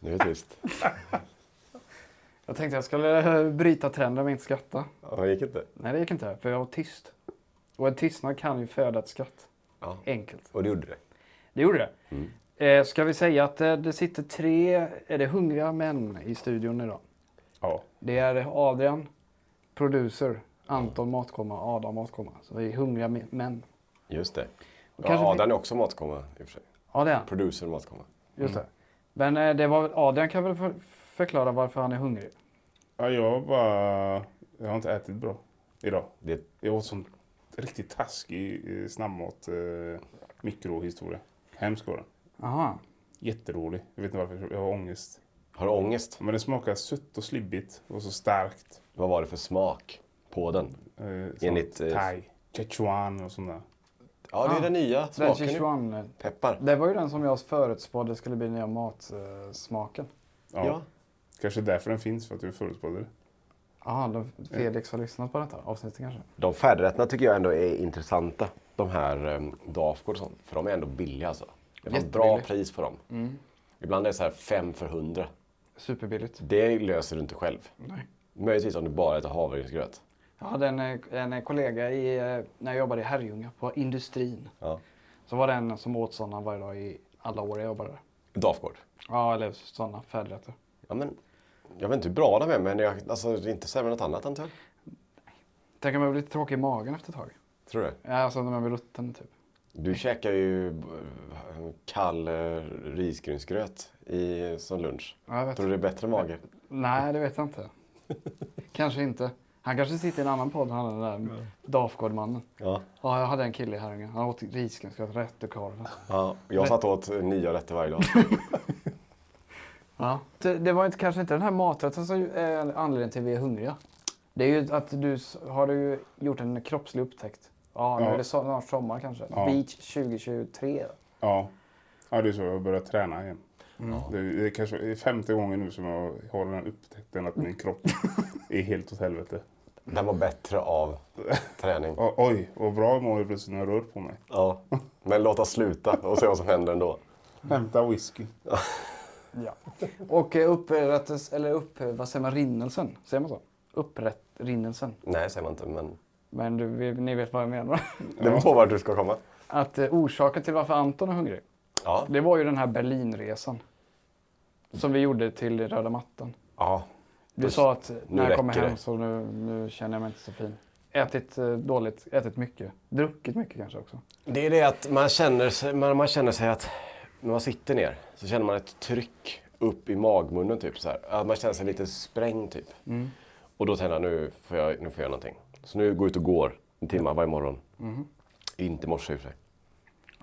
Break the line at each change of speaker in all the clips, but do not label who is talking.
Nu är det tyst.
Jag tänkte jag skulle eh, bryta trenden med att inte skratta.
Ja, det gick inte.
Nej, det gick inte. För jag var tyst. Och en tystnad kan ju föda ett skratt.
Ja.
Enkelt.
Och det gjorde det.
Det gjorde det. Eh, ska vi säga att eh, det sitter tre, är det hungriga män i studion idag?
Ja.
Det är Adrian, producer, Anton Matkomma, Adam Matkomma. Så vi är hungriga me- män.
Just det.
kanske
Ja, Adam är också matkomma i och för sig.
Ja, det är han.
Producer och matkomma.
Just det. Men eh, det var, Adrian kan väl för, förklara varför han är hungrig?
Ja, jag har bara... Jag har inte ätit bra idag.
Det,
Jag åt sån riktigt taskig eh, snabbmat eh, mikrohistoria. Hemsk var den.
Aha.
Jätterolig. Jag vet inte varför. Jag har ångest.
har du ångest?
Men det smakar sött och slibbigt och så starkt.
Vad var det för smak på den?
Eh, sånt
Enligt, eh,
thai, quechuan och sånt där.
Ja, det är den nya
Den
smaken. nu.
Sichuan, eh,
Peppar.
det var ju den som jag förutspådde skulle bli nya matsmaken.
Ja.
Ja.
Kanske därför den finns, för att du förutspådde det.
Jaha, då Felix har lyssnat på detta avsnittet kanske?
De färdigrätterna tycker jag ändå är intressanta. De här um, Dafgård och sånt. För de är ändå billiga alltså. Det var ett bra
Jättebilliga.
pris på dem. Ibland är det så här 5 för 100.
Superbilligt.
Det löser du inte själv.
Nej.
Möjligtvis om du bara äter havregrynsgröt.
Jag hade en, eh, en eh, kollega i, eh, när jag jobbade i Herrljunga på industrin.
Ja.
Så var det en som åt sådana varje dag i alla år jag jobbade där.
Dafgård.
Ja, eller sådana färdigrätter.
Ja, men, jag vet inte hur bra de är, men jag, alltså, det är inte sämre än något annat antar jag.
Tänk om jag blir lite tråkig i magen efter ett tag.
Tror du?
Ja, Alltså när man blir rutten typ.
Du käkar ju eh, kall eh, risgrynsgröt i, som lunch.
Ja, jag vet.
Tror du det är bättre mage?
Nej, det vet jag inte. kanske inte. Han kanske sitter i en annan podd, han den där Dafgårdmannen.
Ja.
Ja, jag hade en kille i Herrljunga. Han åt risgrynsgröt rätt ur korven.
ja. Jag satt åt nio rätter varje dag.
Ja. Det, det var inte, kanske inte den här maträtten som är anledningen till att vi är hungriga. Det är ju att du s- har du ju gjort en kroppslig upptäckt. Ja, nu
Ja.
är det so- snart sommar kanske. Beach 2023.
Ja. Ja, det är så. Jag börjar träna igen.
Mm.
Det, är, det är kanske det är femte gången nu som jag har den här upptäckten att min kropp är helt åt helvete.
Den var bättre av träning.
O- Oj, vad bra jag mår plötsligt när jag rör på mig.
Ja. Men låt oss sluta och se vad som händer ändå.
Hämta whisky.
Ja. Och eh, upprättelsen, eller upp, eh, vad säger man, rinnelsen? Säger man så? Upprättrinnelsen.
Nej, säger man inte, men
Men du, vi- ni vet vad jag menar.
det beror på vart du ska komma.
Att eh, orsaken till varför Anton är hungrig,
Ja.
det var ju den här Berlinresan. Som vi gjorde till röda mattan.
ja.
Du sa att
nu
när jag kommer
räcker
hem
det.
så nu, nu känner jag mig inte så fin. Ätit eh, dåligt, ätit mycket, druckit mycket kanske också.
Det är det att man känner, sig, man, man känner sig att när man sitter ner så känner man ett tryck upp i magmunnen typ så här. Att man känner sig lite sprängd typ. Och då tänker jag nu får jag, nu får jag någonting. Så nu går jag ut och går en timme varje morgon. Inte i morse i och för sig.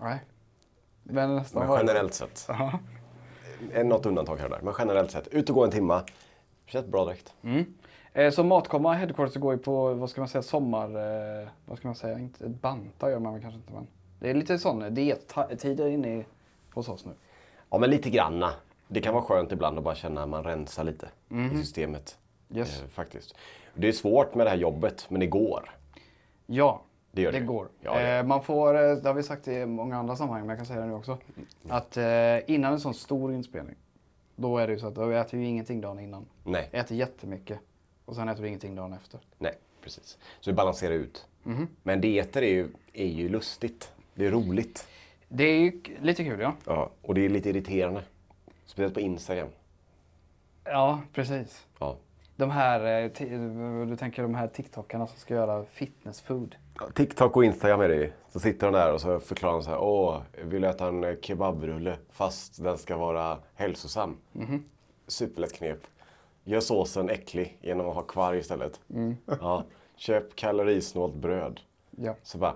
Nej. Men nästan
Men
var det.
generellt sett. Eh, Något undantag här och där. Men generellt sett. Ut och gå en timme. Känns bra direkt.
Eh, Så Matkomma Headquarters går ju på, vad ska man säga, sommar... eh, Vad ska man säga? Inte, banta gör man väl kanske inte men. Det är lite sån eh, diettider inne i, hos oss nu.
Ja men lite granna. Det kan vara skönt ibland att bara känna att man rensar lite i systemet.
Yes.
Eh, faktiskt. Det är svårt med det här jobbet men det går.
Ja,
Det gör det.
går.
Ja, det gör det.
Eh, Man får, eh, det har vi sagt i många andra sammanhang, men jag kan säga det nu också.
Mm.
Att eh, innan en sån stor inspelning, då är det ju så att då äter vi ju ingenting dagen innan.
Nej.
Jag äter jättemycket. Och sen äter du ingenting dagen efter.
Nej, precis. Så vi balanserar ut. Men dieter är ju, är ju lustigt. Det är roligt.
Det är ju k- lite kul ja.
Ja, och det är lite irriterande. Speciellt på Instagram.
Ja, precis.
Ja.
De här, eh, ti- du tänker de här TikTokarna som ska göra fitness food.
TikTok och Instagram är det ju. Så sitter de där och så förklarar de så här. Åh, vill du äta en kebabrulle fast den ska vara hälsosam? Superlätt knep. Gör såsen äcklig genom att ha kvarg istället. Ja. Köp kalorisnålt bröd.
Ja.
Så bara,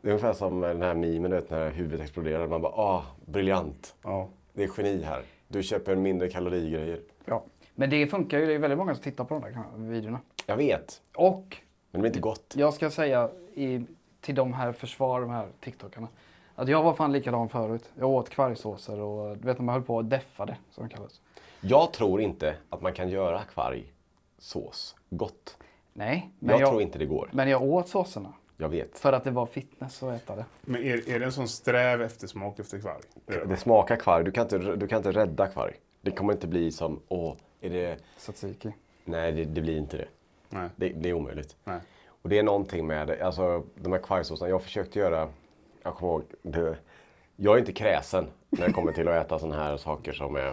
det är ungefär som den här memen, du vet, när huvudet exploderar. Man bara, ah, briljant.
Ja.
Det är geni här. Du köper en mindre kalorigrejer.
ja. Men det funkar ju, det är väldigt många som tittar på de där kan- videorna.
Jag vet,
Och
men det är inte gott.
jag ska säga i, till de här försvar, de här TikTokarna. Att jag var fan likadan förut. Jag åt kvargsåser och du vet när man höll på att deffade som det kallas.
Jag tror inte att man kan göra kvargsås gott.
Nej,
Jag tror inte det går.
Men jag åt såserna.
Jag vet.
För att det var fitness att äta det.
Men är, är det en sån sträv eftersmak efter kvarg?
Det smakar kvarg. Du kan inte, du kan inte rädda kvarg. Det kommer inte bli som, åh, är det...
Tzatziki.
Nej, det, det blir inte det.
Nej.
Det, det är omöjligt.
Nej.
Och det är någonting med, alltså de här kvargsåserna. Jag försökte göra, jag kommer ihåg, det, jag är inte kräsen när det kommer till att äta sådana här saker som är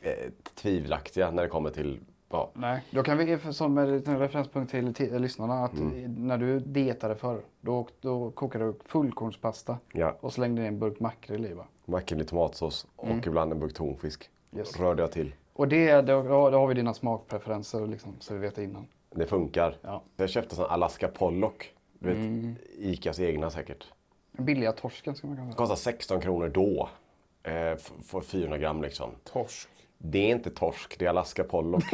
eh, tvivelaktiga när det kommer till, ja,
Nej, då kan vi för- som en liten referenspunkt till ti- lyssnarna att
Mm.
när du dietade förr, då, då kokade du fullkornspasta
Ja.
och slängde ner en burk makrill i va?
makrill i tomatsås och
Mm.
ibland en burk tonfisk.
Yes.
Rörde jag till.
Och det, då, då har vi dina smakpreferenser liksom, så vi vet det innan.
Det funkar.
Ja.
Jag köpte sån Alaska Pollock. Du vet,
Mm.
Icas egna säkert.
Den billiga torsken ska man kunna säga.
Kostar 16 kronor då. Eh, f- för 400 gram liksom.
Torsk.
Det är inte torsk, det är Alaska Pollock.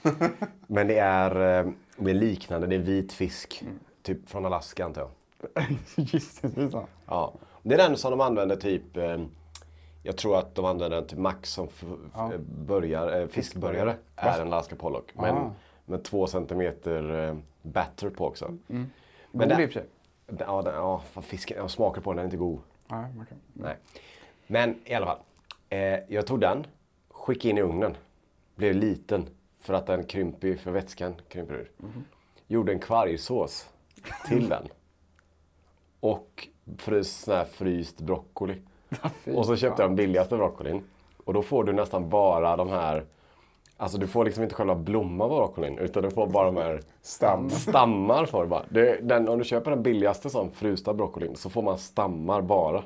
Men det är, eh, det är liknande, det är vit fisk. Typ från Alaska antar jag.
Just det, det är sant.
Ja. Det är den som de använder typ, eh, jag tror att de använder den till max som f- f- eh, börjar, eh, fiskbörjare. Är en Alaska Pollock. Men med två centimeter eh, batter på också.
Men
det-
det... Mm. i och för sig.
Den- Ja, den, ja fan, fisken, jag smakar på den, den är inte god.
Nej, man kan.
Nej. Men i alla fall. Eh, jag tog den, skickade in i ugnen. Blev liten för att den krymper, för vätskan krymper ur. Gjorde en kvargsås till den. Och frys, sån här fryst broccoli. Och så köpte jag den billigaste broccolin. Och då får du nästan bara de här, alltså du får liksom inte själva blomman på broccolin utan du får bara de här
Stam.
stammar får du bara. Det, den, om du köper den billigaste sån frusta broccolin så får man stammar bara.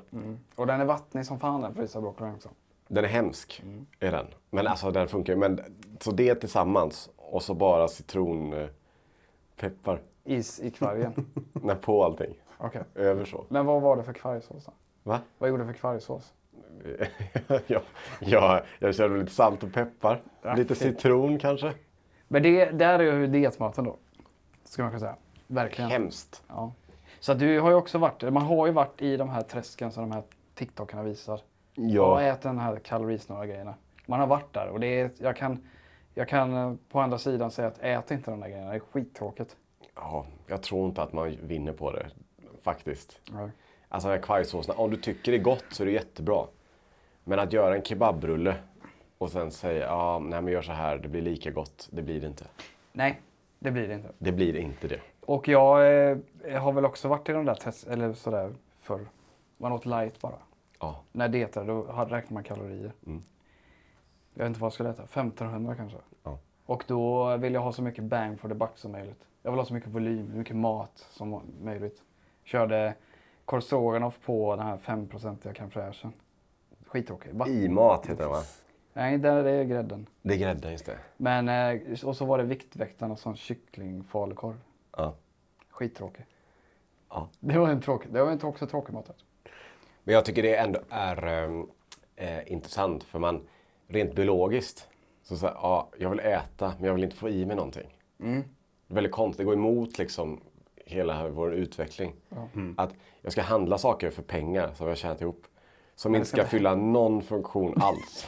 Och den är vattnig som fan den frysta broccolin också.
Den är hemsk, är den. Men alltså den funkar ju. Men, så det tillsammans och så bara citronpeppar
Is i kvargen.
Nej, på allting.
Okej.
Över så.
Men vad var det för kvargsås då?
Va?
Vad gjorde du för kvargsås?
ja, ja, jag körde lite salt och peppar. Lite citron kanske.
Men det där är ju dietmaten då. Ska man kunna säga. Verkligen.
Hemskt.
Ja. Så att du har ju också varit, man har ju varit i de här träsken som de här TikTokarna visar.
Ja.
Och ätit den här kalorisnåla grejerna. Man har varit där och det är, jag kan, jag kan eh, på andra sidan säga att ät inte de där grejerna, det är skittråkigt.
Ja, jag tror inte att man vinner på det faktiskt.
Nej.
Alltså den här kvargsåsen, om du tycker det är gott så är det jättebra. Men att göra en kebabrulle och sen säga ja, nej men gör så här, det blir lika gott. Det blir det inte.
Nej, det blir det inte.
Det blir inte det.
Och jag eh, har väl också varit i de där test, eller sådär förr. Man åt light bara.
Ja.
När dietade då hade- räknade man kalorier. Jag vet inte vad jag skulle äta, 1500 kanske.
Ja.
Och då vill jag ha så mycket bang for the buck som möjligt. Jag vill ha så mycket volym, hur mycket mat som möjligt. Körde Korsoganoff på den här 5-procentiga creme fraîchen. Skittråkig. Va?
I-mat heter den va?
Nej, där är grädden.
Det är grädde, just det.
Men, eh, och så var det Viktväktarna som kycklingfalukorv.
Ja.
Skittråkig.
Ja.
Det var en tråkig, det var en också tråkig mat. alltså.
Men jag tycker det ändå är ehm, eh, intressant för man rent biologiskt så säger ja, jag vill äta men jag vill inte få i mig någonting.
Mm.
Det är väldigt konstigt, det går emot liksom hela här vår utveckling. Att jag ska handla saker för pengar som jag har tjänat ihop som inte ska fylla någon funktion alls.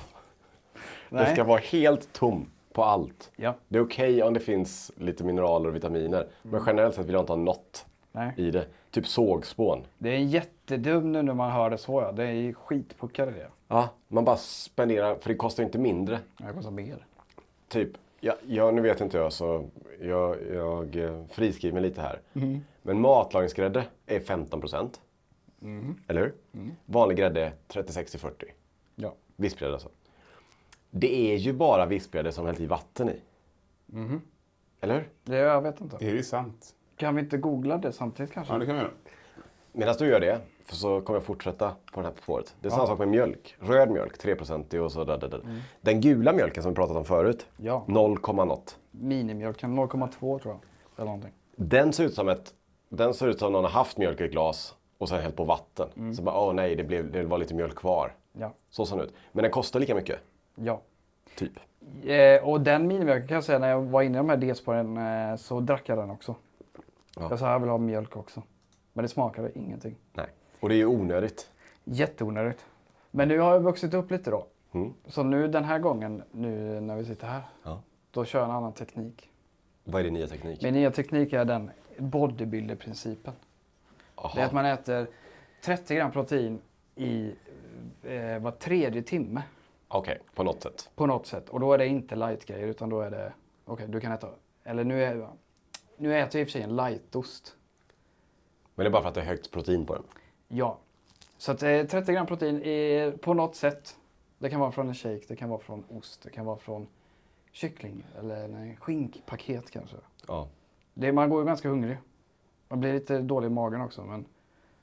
Det
Nej.
ska vara helt tom på allt.
Ja.
Det är okej om det finns lite mineraler och vitaminer men generellt sett vill jag inte ha något
Mm. Nej.
i det. Typ sågspån.
Det är jättedum nu när man hör det så ja. Det är skitpuckade det.
Ja, man bara spenderar, för det kostar ju inte mindre.
Jag kostar mer.
Typ, ja, ja, nu vet inte jag så jag, jag eh, friskriver mig lite här. Men matlagningsgrädde är 15 procent. Eller hur? Vanlig grädde 36 till 40.
Ja.
Vispgrädde alltså. Det är ju bara vispgrädde som hällt i vatten i. Eller hur?
Det, jag vet inte.
Är det sant?
Kan vi inte googla det samtidigt kanske?
Ja, det kan vi göra.
Medan du gör det, för så kommer jag fortsätta på det här spåret. Det är samma sak med mjölk. Röd mjölk, 3% och så där, där, där. Den gula mjölken som vi pratat om förut,
Ja.
0, något.
Minimjölken 0,2 tror jag. Eller någonting.
Den ser ut som ett... Den ser ut som någon har haft mjölk i ett glas och sen hällt på vatten. Så bara, åh nej, det, blev, det var lite mjölk kvar.
Mm. Ja.
Så ser den ut. Men den kostar lika mycket,
Ja.
typ.
Eh, och den minimjölken kan jag säga, när jag var inne i de här DS-spåren eh, så drack jag den också.
Ja.
Jag sa jag vill ha mjölk också. Men det smakade ingenting.
Nej. Och det är ju onödigt.
Jätteonödigt. Men nu har jag vuxit upp lite då. Så nu den här gången, nu när vi sitter här,
Ja.
då kör jag en annan teknik.
Vad är din nya teknik?
Min nya teknik är den bodybuilder-principen. Det är att man äter 30 gram protein i eh, var tredje timme
Okej, på något sätt.
på något sätt. Och då är det inte light-grejer utan då är det, okej du kan äta, eller nu, är, nu äter jag i och för sig en light-ost.
Men det är bara för att det är högt protein på den.
Ja. Så att, eh, 30 gram protein i, på något sätt. Det kan vara från en shake, det kan vara från ost, det kan vara från kyckling eller nej, skinkpaket kanske.
Ja.
Det, man går ju ganska hungrig. Man blir lite dålig i magen också men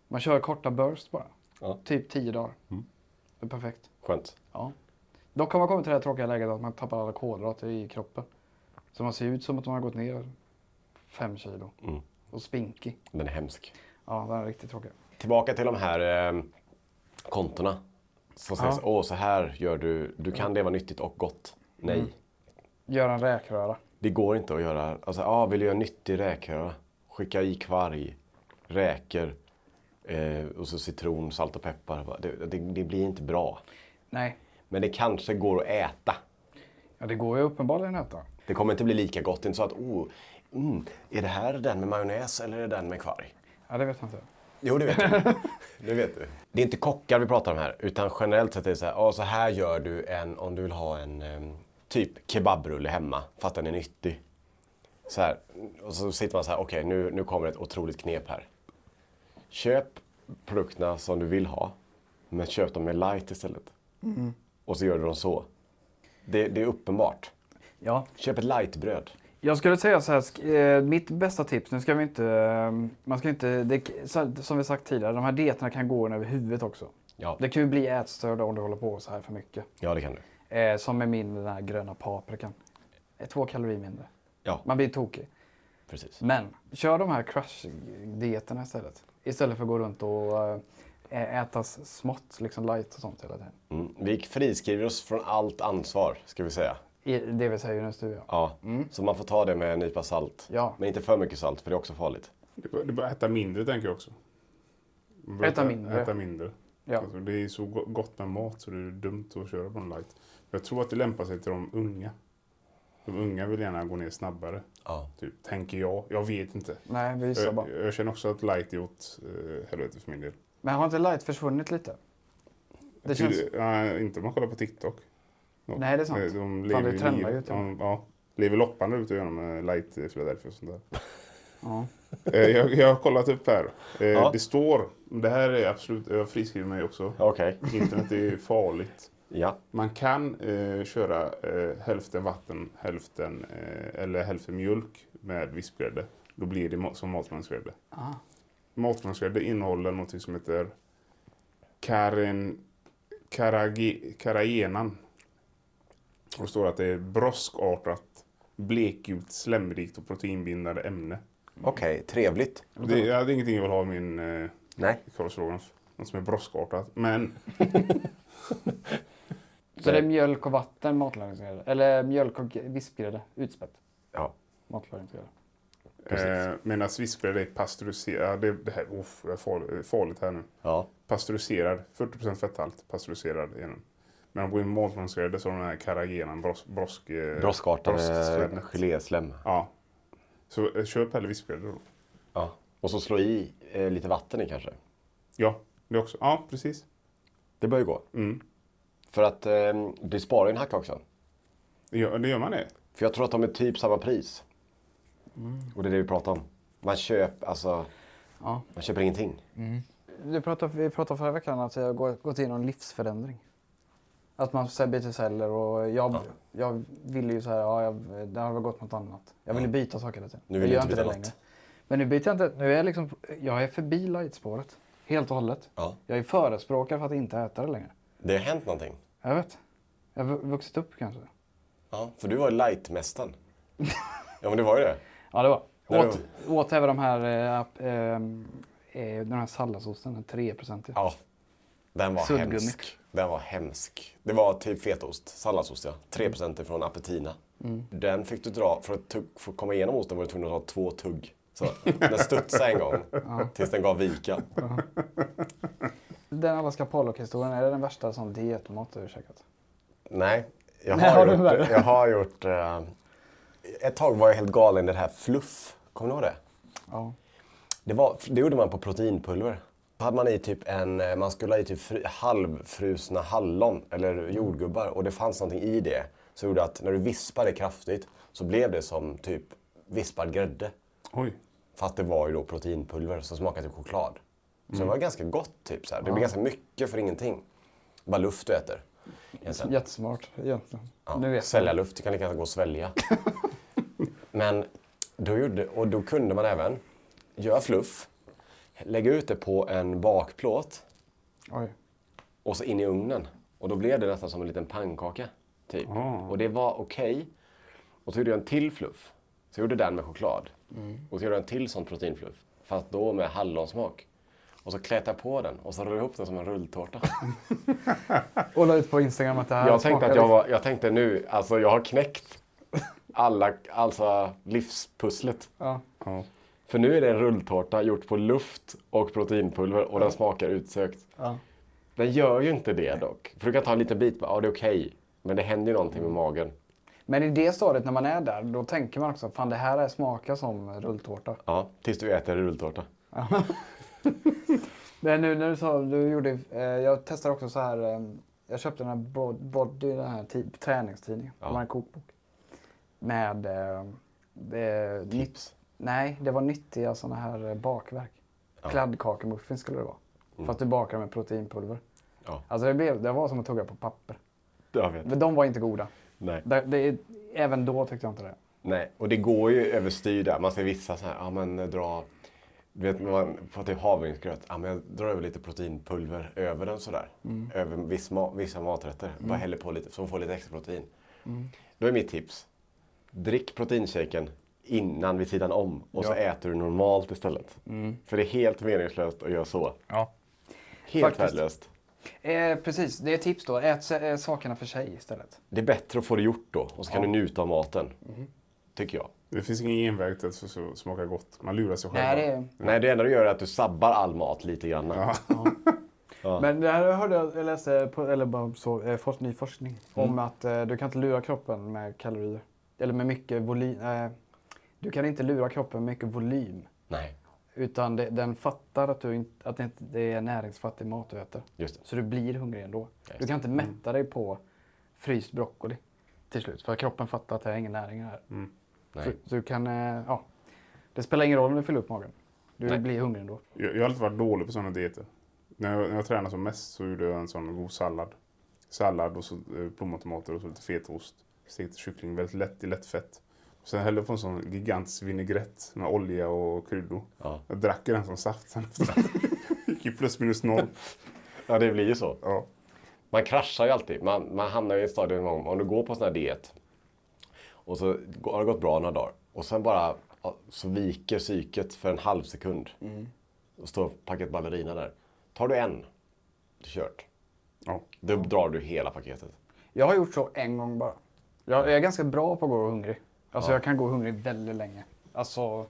man kör korta burst bara.
Ja.
Typ 10 dagar. Det är perfekt.
Skönt.
Ja. Dock har man kommit till det här tråkiga läget att man tappar alla kolhydrater i kroppen. Så man ser ut som att man har gått ner 5 kilo. Och spinkig.
Den är hemsk.
Ja, den är riktigt tråkig.
Tillbaka till de här eh, kontona. Som säger så, åh så här gör du, du kan leva nyttigt och gott. Nej,
Mm. Gör en räkröra.
det går inte att göra. Alltså, ah, vill du göra nyttig räkröra? Skicka i kvarg, räkor eh, och så citron, salt och peppar. Va, Det, det, det blir inte bra.
Nej,
Men det kanske går att äta.
Ja, det går ju uppenbarligen att äta.
Det kommer inte bli lika gott. Det är inte så att, oh, mm, är det här den med majonnäs eller är det den med kvarg?
Ja, det vet jag inte.
Jo, det vet du. det vet du. Det är inte kockar vi pratar om här, utan generellt sett är det så här, "Ja, så här gör du en, om du vill ha en em, typ kebabrulle hemma, fast den är nyttig. Så här, och så sitter man så här, okej nu, nu kommer ett otroligt knep här. Köp produkterna som du vill ha, men köp dem med light istället. Och så gör du dem så. Det, det är uppenbart.
Ja.
Köp ett lightbröd.
Jag skulle säga så här, sk- eh, mitt bästa tips, nu ska vi inte, eh, man ska inte, det, k- så- som vi sagt tidigare, de här dieterna kan gå en över huvudet också.
Ja.
Det kan ju bli ätstörda om du håller på så här för mycket.
Ja, det kan du.
Eh, som med min den här gröna paprikan. Eh, Två kalorier mindre.
Ja,
Man blir tokig.
precis.
Men kör de här crash-dieterna istället. Istället för att gå runt och eh, äta s- smått, liksom light och sånt hela tiden.
Mm. Vi friskriver oss från allt ansvar, ska vi säga.
I, det vi säger just nu ja.
Ja, så man får ta det med en nypa salt.
Mm. Ja.
Men inte för mycket salt, för det är också farligt.
Det är bara- det är bara att äta mindre tänker jag också. Man bör
Äta mindre.
Äta mindre.
Ja.
Alltså, det är så go- gott med mat så det är dumt att köra på en light. Jag tror att det lämpar sig till de unga. De unga vill gärna gå ner snabbare.
Ja.
Typ, tänker jag. Jag vet inte.
Nej, vi gissar bara.
Jag, jag känner också att light är åt eh, helvete för min del.
Men har inte light försvunnit lite? Det känns...
Ty- nej, inte om man kollar på TikTok. Ja.
Nej, det är sant.
Eh,
Fan,
De
det
lever, ju
trendar
liv-
ju typ. till och med.
de, ja, lever loppan ute genom eh, light eh, Philadelphia och sånt där.
Ja.
Eh, jag, jag har kollat upp här. Eh,
Ja.
Det står, det här är absolut, jag friskriver mig också.
Okej.
Internet är farligt.
Ja.
Man kan eh, köra eh, hälften vatten, hälften, eh, eller hälften mjölk med vispgrädde. Då blir det ma- som matmansgrädde.
Ah.
Matmansgrädde innehåller något som heter Karen, karagi, karagenan. Och det står att det är broskartat, blekgult, slemrikt och proteinbindande ämne.
Okej, trevligt.
Det, ja, det är ingenting jag vill ha i min eh,
Nej.
korvstroganoff. Något som är broskartat. Men
Så det är mjölk och vatten matlagningsgrädde? Eller mjölk och vispgrädde, utspätt
Ja.
matlagningsgrädde.
Eh, Medan vispgrädde är pasteuriserad. Det, det här uff, det är farligt, farligt här nu.
Ja.
Pasteuriserad, 40 fetthalt, pasteuriserad är den. Men om man går in i matmansgrädde så har den här karagenan, brosk... brosk eh,
Broskartade
broskslemmet.
geléslem.
Ja. Så eh, köp hellre vispgrädde då.
Ja. Och så slå i eh, lite vatten i kanske.
Ja, det också. Ja, precis.
Det bör ju gå.
Mm.
För att eh, det sparar ju en hacka också.
Det gör, det gör man det.
För jag tror att de är typ samma pris. Och det är det vi pratar om. Man köper, alltså,
Mm. Ja. Mm.
man köper ingenting.
Du pratade, vi pratade förra veckan att jag går- gått igenom livsförändring. Att man så här byter celler och jag, jag ville ju så här, ja, jag, det hade väl gått något annat. Jag ville byta saker hela tiden.
Nu vill
jag
du inte byta något.
Men nu byter jag inte, nu är jag liksom, jag är förbi lightspåret. Helt och hållet.
Ja.
Jag är förespråkare för att inte äta det längre.
Det har hänt någonting.
Jag vet. Jag har vu- vuxit upp kanske.
Ja. För du var light-mästaren. ja, men det var ju det.
Ja, det var.
Det var-
Åt, åt även de här, eh, app- ehm, eh, den här salladsosten, den 3-procentiga.
Ja. Den var
Suddgummi.
hemsk. Den var hemsk. Det var typ fetaost, salladsost ja. 3% från Apetina.
Mm.
Den fick du dra, för att, tugg, för att komma igenom osten var du tvungen att ta två tugg. Så den studsade en gång tills den gav vika.
Den Alaska Pollock-historien, är det den värsta sån dietmat du har käkat?
Nej, jag
Nej,
har
har du
gjort,
väl?
jag har gjort eh, Ett tag var jag helt galen i det här fluff. Kommer du ihåg det?
Ja.
Det, var, det gjorde man på proteinpulver. Då hade man i typ en, eh, man skulle ha i typ fri, halvfrusna hallon eller jordgubbar och det fanns någonting i det som gjorde att när du vispade kraftigt så blev det som typ vispad grädde.
Oj.
Fast det var ju då proteinpulver som smakade typ choklad. Så det var ganska gott typ så här. Det blev ganska mycket för ingenting. Bara luft du äter. Egentligen.
Jättesmart egentligen.
Ja,
Nu vet
svälja luft, det kan lika gärna gå att svälja. Men då, gjorde, och då kunde man även göra fluff, lägga ut det på en bakplåt
jag. Oj.
och så in i ugnen. Och då blev det nästan som en liten pannkaka. Typ.
Mm.
Och det var okej. Och så gjorde jag en till fluff. Så jag gjorde den med choklad.
Mm.
Och så gjorde jag en till sån proteinfluff. Fast då med hallonsmak. Och så klätade jag på den och så rullade jag ihop den som en rulltårta.
Och la ut på Instagram att det här
Jag tänkte
smakar
att jag,
liksom-
var, jag tänkte nu, alltså jag har knäckt alla, alltså livspusslet.
Ja.
Ja.
För nu är det en rulltårta gjort på luft och proteinpulver och den smakar utsökt.
Ja.
Den gör ju inte det dock. För du kan ta en liten bit, bara, ja det är okej. Men det händer ju någonting
Mm.
med magen.
Men i det stadiet när man är där, då tänker man också fan det här är- smakar som rulltårta.
Ja, tills du äter rulltårta.
Men nu när du sa, du gjorde, eh, jag testade också så här, eh, jag köpte den här bod- Body, den här ti- träningstidningen, de har en kokbok. Med eh, eh, Tips? Nej, det var nyttiga sådana här eh, bakverk. Kladdkakemuffins skulle det vara. Fast du bakar dem med proteinpulver.
Mm. Ja,
Alltså det, blev, det var som att tugga på papper.
jag vet.
Men de var inte goda.
Nej.
Det, det, även då tyckte jag inte det.
Nej, och det går ju överstyr där. Man ser vissa så här, ja men eh, dra, du vet man får typ havregrynsgröt, ja men jag drar över lite proteinpulver över den sådär.
Mm.
Över viss ma- vissa maträtter, bara häller på lite så de får lite extra protein.
Mm.
Då är mitt tips, drick proteinshaken innan vid sidan om och så äter du normalt istället. För det är helt meningslöst att göra så.
Mm. Ja.
Helt
Faktiskt.
värdelöst.
Eh, precis, det är ett tips då. Ät se- eh, sakerna för sig istället.
Det är bättre att få det gjort då och så kan du njuta av maten.
Mm.
Tycker jag.
Det finns ingen genväg till att så- så- smaka gott. Man lurar sig själv.
Nej, det är...
Nej, det enda du gör är att du sabbar all mat lite grann.
Men det här hörde jag, jag läste, på, eller bara så, eh, forsk, ny forskning
Mm.
om att eh, du kan inte lura kroppen med kalorier. Eller med mycket volym. Eh, du kan inte lura kroppen med mycket volym.
Nej,
Utan det, den fattar att, du, inte- att det, inte, det är näringsfattig mat du äter.
just det.
Så du blir hungrig ändå. Du kan inte
Mm.
mätta dig på fryst broccoli till slut. För kroppen fattar att det är ingen näring här. Så,
Mm. Nej.
så du kan, eh, ja. Det spelar ingen roll om du fyller upp magen. Du blir hungrig ändå.
Jag, jag har alltid varit dålig på sådana dieter. När jag, när jag tränade som mest så gjorde jag en sån god sallad. Sallad och så eh, plommontomater och så lite fetaost. Stekt kyckling väldigt lätt i lätt fett. Sen hällde jag på en sån gigantisk vinägrett med olja och kryddor.
Ja.
Jag drack ju den som saft sen efteråt. Gick ju plus minus noll.
Ja, det blir ju så.
Ja.
Man kraschar ju alltid. Man, man hamnar i ett stadium om, om du går på sån här diet och så går- har det gått bra några dagar och sen bara ja, så viker psyket för en halv sekund. Och står paket ballerina där. Tar du en, det är kört.
Ja.
Då drar du hela paketet.
Jag har gjort så en gång bara. Jag, jag är ganska bra på att gå hungrig. Alltså jag kan gå hungrig väldigt länge. Alltså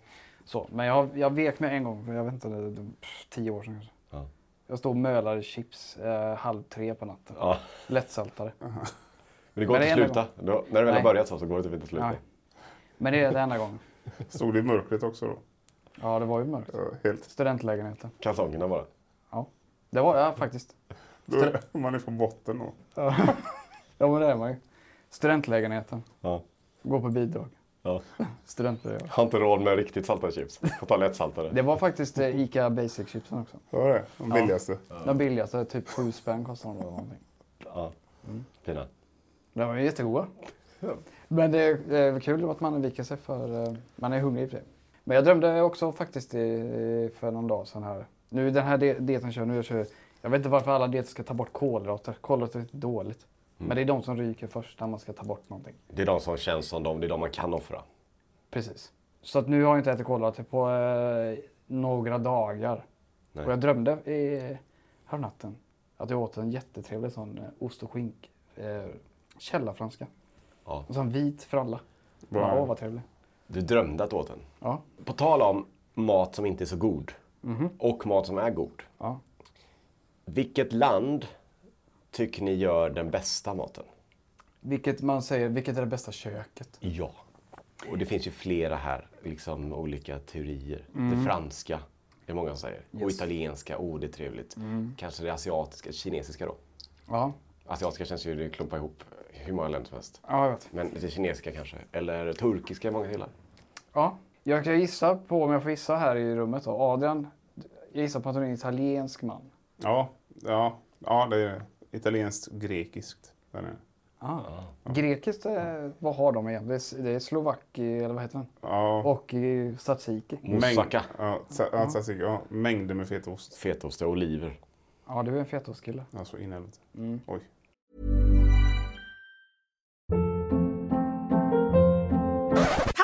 så. Men jag, jag vek mig en gång, för jag väntade de- pff, typ tio år sedan kanske.
Ja.
Jag stod och mölade chips eh, halv tre på natten.
Ja.
Lättsaltare.
Men det går
Men
inte
det är
att sluta. Då, när det väl har
Nej.
börjat så, så går det typ inte att sluta.
Nej. Men det är den enda gången.
Stod det i mörkret också då.
Ja, det var ju mörkt.
Ja, helt.
Studentlägenheten.
Kalsongerna bara.
Ja, det var jag faktiskt.
Då är man är på botten då.
Ja, men det är man ju. Studentlägenheten.
Ja.
Gå på bidrag.
Ja.
Studentbröd.
Har inte råd med riktigt saltade chips. Får ta lättsaltade.
Det var faktiskt eh, Ica Basic-chipsen också.
Var det? De billigaste.
De billigaste, typ sju spänn kostade de eller någonting.
Ja. Fina.
De var ju jättegoda. Men det är, det är väl kul att man viker sig för... eh, Man är hungrig i och för sig. Men jag drömde också faktiskt i- för någon dag sedan här. Nu den här di- dieten jag kör nu, jag kör... Jag vet inte varför alla dieter ska ta bort kolhydrater. Kolhydrater är dåligt. Men det är de som ryker först när man ska ta bort någonting.
Det är de som känns som de, det är de man kan offra.
Precis. Så att nu har jag inte ätit kolhydrater på eh, några dagar.
Nej.
Och jag drömde i, här natten att jag åt en jättetrevlig sån eh, ost och skink eh, källarfranska.
Ja.
En sån vit fralla.
Bra.
Ja, vad trevlig.
Du drömde att du åt den.
Ja,
På tal om mat som inte är så god och mat som är god.
ja.
Vilket land tycker ni gör den bästa maten?
Vilket man säger, vilket är det bästa köket?
Ja. Och det finns ju flera här, liksom olika teorier. Det franska, är det många som säger. Och italienska, oh det är trevligt. Kanske det asiatiska, kinesiska då.
Ja,
Asiatiska känns ju, det klumpar ihop hur många länder som helst.
ja jag vet.
Men det kinesiska kanske, eller turkiska många gillar.
Ja. Jag kan gissa på, om jag får gissa här i rummet då. Adrian, jag gissar på att du är en italiensk man.
Ja, ja, ja, det är italienskt grekiskt. Den är.
Grekiskt, eh, vad har de igen? Det är, det är Slovaki, eller vad heter den?
Ja,
Och eh, tzatziki.
Moussaka.
ja, sa- ja, tzatziki, ja, mängder med fetaost.
Fetaost och oliver.
Ja, du är en fetaostkille.
Alltså in i helvete. Oj.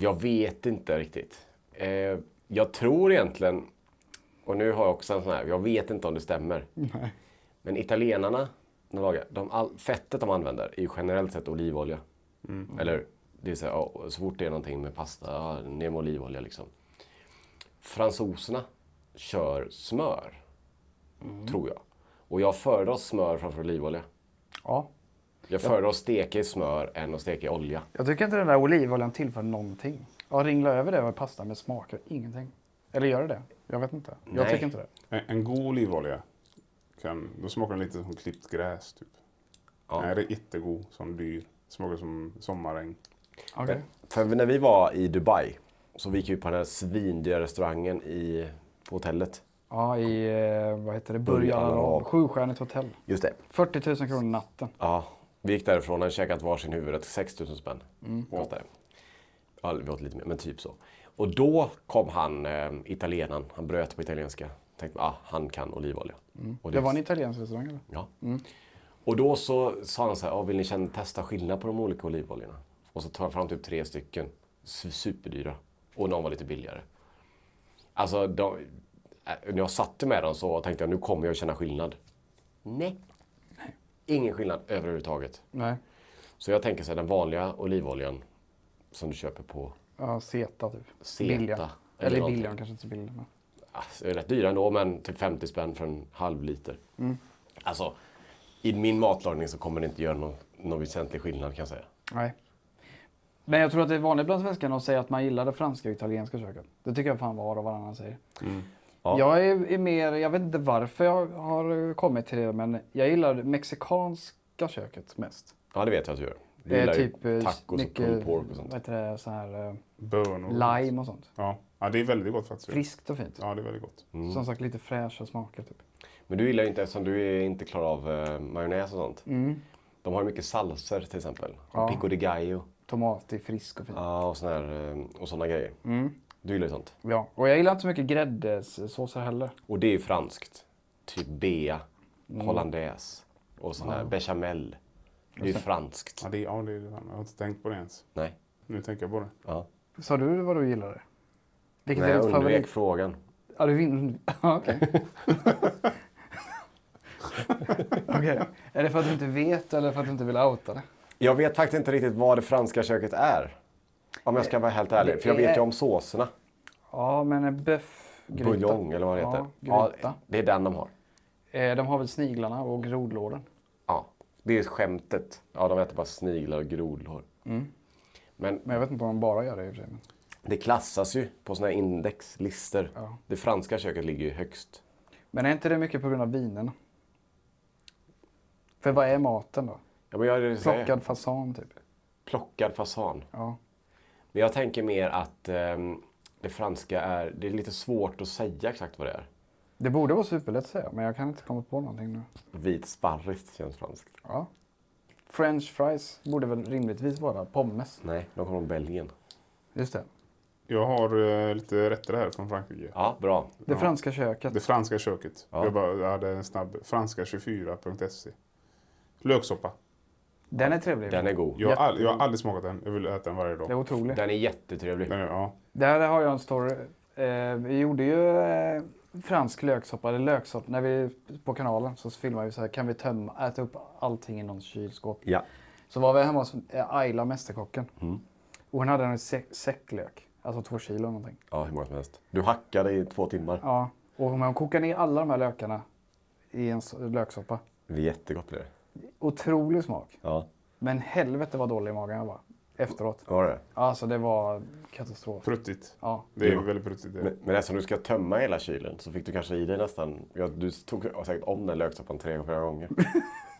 Jag vet inte riktigt. Eh, jag tror egentligen, och nu har jag också en sån här, jag vet inte om det stämmer. Men italienarna, de lagar, de all, fettet de använder är ju generellt sett olivolja. Eller hur? det är så, här, ja, så fort det är någonting med pasta, ja, ner med olivolja liksom. Fransoserna kör smör, tror jag. Och jag föredrar smör framför olivolja.
Ja.
Jag föredrar att steka i smör än att steka i olja.
Jag tycker inte den där olivoljan tillför någonting. Jag ringlar över det med pasta med smaker ingenting. Eller gör det det? Jag vet inte. Jag
Nej.
tycker inte det.
En, en god olivolja, kan, då smakar den lite som klippt gräs. Typ.
Ja.
Den är jättegod, som dyr. Smakar som sommarregn.
Okej.
För när vi var i Dubai så vi gick vi på den här svindyra restaurangen i, på hotellet.
Ja, i eh, vad heter det?
Burj
Burj
Al
Al
Arab.
Arab. Sjustjärnigt hotell.
Just det.
40 000 kronor natten.
Ja, vi gick därifrån och käkat varsin huvudrätt. 6 000 spänn
Mm.
kostade det. Ja, vi åt lite mer, men typ så. Och då kom han, eh, italienaren, han bröt på italienska. Tänkte, ah, han kan olivolja. Och
Mm. Det var en italiensk restaurang eller?
Ja. Och då så sa han så här, "Ja, vill ni känna, testa skillnad på de olika olivoljorna? Och så tar han fram typ tre stycken, su- superdyra. Och någon var lite billigare. Alltså, de, äh, när jag satte med dem så tänkte jag, nu kommer jag känna skillnad. Nej. Ingen skillnad överhuvudtaget.
Nej.
Så jag tänker så här, den vanliga olivoljan som du köper på,
Ja, Zeta typ.
Zeta, eller
Billiga. Eller
någonting.
billiga, de kanske inte är så billiga. Men...
alltså, det är rätt dyra ändå, men typ 50 spänn för en halv liter. Alltså, i min matlagning så kommer det inte göra någon, någon väsentlig skillnad kan jag säga.
Nej. Men jag tror att det är vanligt bland svenskarna att säga att man gillar det franska och italienska köket. Det tycker jag fan var och varannan säger.
Mm. Ja.
Jag är, är mer, jag vet inte varför jag har kommit till det, men jag gillar det mexikanska köket mest.
Ja, det vet jag att du gör. Du
Det är
gillar ju
typ eh,
tacos och pulled pork och sånt.
Vad heter det, så här, eh,
Bönor.
lime och sånt.
Ja. ja, det är väldigt gott faktiskt.
Friskt Mm. och fint.
Ja, det är väldigt gott.
Mm.
Som sagt lite fräscha smaker. Typ.
Men du gillar ju inte, eftersom du är inte klarar av eh, majonnäs och sånt. De har ju mycket salser till exempel.
Mm. Ja.
Pico de gallo.
Tomat är frisk och fin.
Ja, och såna, här, eh, och såna grejer.
Mm.
Du gillar ju sånt.
Ja, och jag gillar inte så mycket gräddsåser heller.
Och det är ju franskt. Typ bea,
Mm.
hollandaise och sån här bechamel. Det är ju franskt.
Ja, det, ja, det, jag har inte tänkt på det ens.
Nej.
Nu tänker jag på det.
Ja.
Sa du vad du gillade? Vilket
Nej,
är
jag
ditt
undvek
favorit?
frågan.
Ja, du vinner. Ja, okej. Okej. Är det för att du inte vet eller för att du inte vill outa det?
Jag vet faktiskt inte riktigt vad det franska köket är. Om jag ska vara helt ärlig. För jag
Eh, det
vet ju
är-
om såserna.
Ja, men en böff... gryta.
Buljong eller vad det heter.
Ja,
Ja,
gryta.
det är den de har.
Eh, De har väl sniglarna och grodlådan.
Ja. Det är skämtet. Ja, de äter bara sniglar och grodlor.
Mm.
Men
Men jag vet inte om de bara gör det i och för sig. men-
det klassas ju på såna här indexlistor. Det franska köket ligger ju högst.
Men är inte det mycket på grund av vinerna? För vad är maten då?
Ja, men jag är det jag säger.
Plockad fasan typ.
Plockad fasan.
Ja.
Men jag tänker mer att ehm, det franska är, det är lite svårt att säga exakt vad det är.
Det borde vara superlätt att säga, men jag kan inte komma på någonting nu.
Vit sparris känns franskt.
Ja. French fries borde väl rimligtvis vara pommes.
Nej, de kommer från Belgien.
Just det.
Jag har eh, lite rätter här från Frankrike.
Ja, bra.
Det franska köket.
Det franska köket. Jag, bara, jag hade en snabb. Franska24.se. E. Löksoppa.
Den är trevlig.
Den är god.
Jag har, all, jag har aldrig smakat den. Jag vill äta den varje
Det är
dag.
otrolig.
Den är jättetrevlig.
Den, är- ja.
Där har jag en story. Eh, vi gjorde ju eh, fransk löksoppa, eller löksoppa, när vi på kanalen så filmade vi så här, kan vi tömma, äta upp allting i någons kylskåp?
Ja. Mm.
Så var vi hemma hos eh, Ayla, mästerkocken. Och hon hade en sä- säcklök, alltså två kilo någonting.
ja, hur många som helst. Du hackade i två timmar.
Ja, och hon hon kokade ner alla de här lökarna i en s- löksoppa.
Det är jättegott blir det.
Otrolig smak.
Ja,
Men helvete vad dålig i magen jag var efteråt.
det var det.
Alltså det var katastrof.
Pruttigt.
Ja.
Det är väldigt pruttigt. Det.
Men, men eftersom du ska tömma hela kylen så fick du kanske i dig nästan... Ja, du tog säkert om den löksoppan tre, fyra gånger.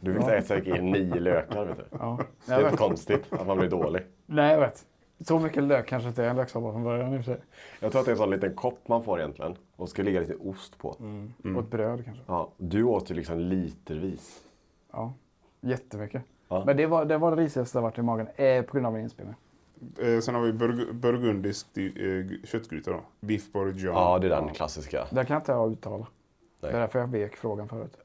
Du fick säkert- säkert i nio lökar. Vet du.
ja.
Det är inte konstigt att man blir dålig.
Nej, jag vet. Så mycket lök kanske inte är en löksoppa från början i och för sig.
Jag tror att det är en sån liten kopp man får egentligen. Och ska ligga lite ost på. Mm.
Och ett bröd kanske.
Ja, du åt ju liksom litervis.
Ja. Jättemycket.
Ja.
Men det var det, var det risigaste jag varit i magen eh, på grund av min inspelning.
Eh, sen har vi burg, burgundisk eh, g- köttgryta då. Biff bourguignon.
Ja, det är den klassiska.
Det kan inte jag uttala.
Nej.
Det är därför jag vek frågan förut.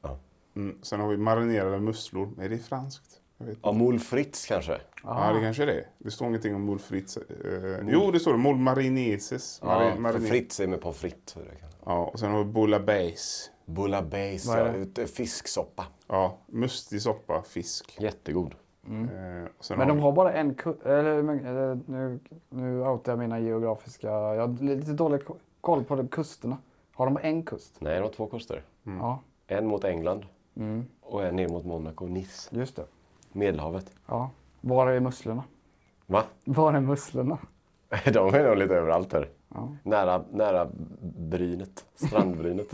Mm. Sen har vi marinerade musslor. Nej, det är franskt. Jag vet.
Ja, moule frites kanske.
Ja, det kanske är det är. Det står ingenting om moules frites. Eh, Jo, det står det. Moules marineses. Mari-
Ja, för
marine-
frites är med pommes frites. hur det kan-
Ja, och sen har vi bouillabaisse.
Bouillabaisse,
Vad är
ja, ut- fisksoppa.
Ja, mustig soppa, fisk.
Jättegod.
Eh, och sen
Mm. Men
har
de
vi-
har bara en ku- eller, men, eller, nu, nu outar jag mina geografiska... Jag har lite dålig ko- koll på de kusterna. Har de en kust?
Nej, det var två kuster.
Ja,
En mot England
Mm.
och en ner mot Monaco, Nice,
just det.
Medelhavet.
Ja. Var är musslorna?
Va?
Var är musslorna?
De är nog lite överallt där. Nära, nära brynet, strandbrynet.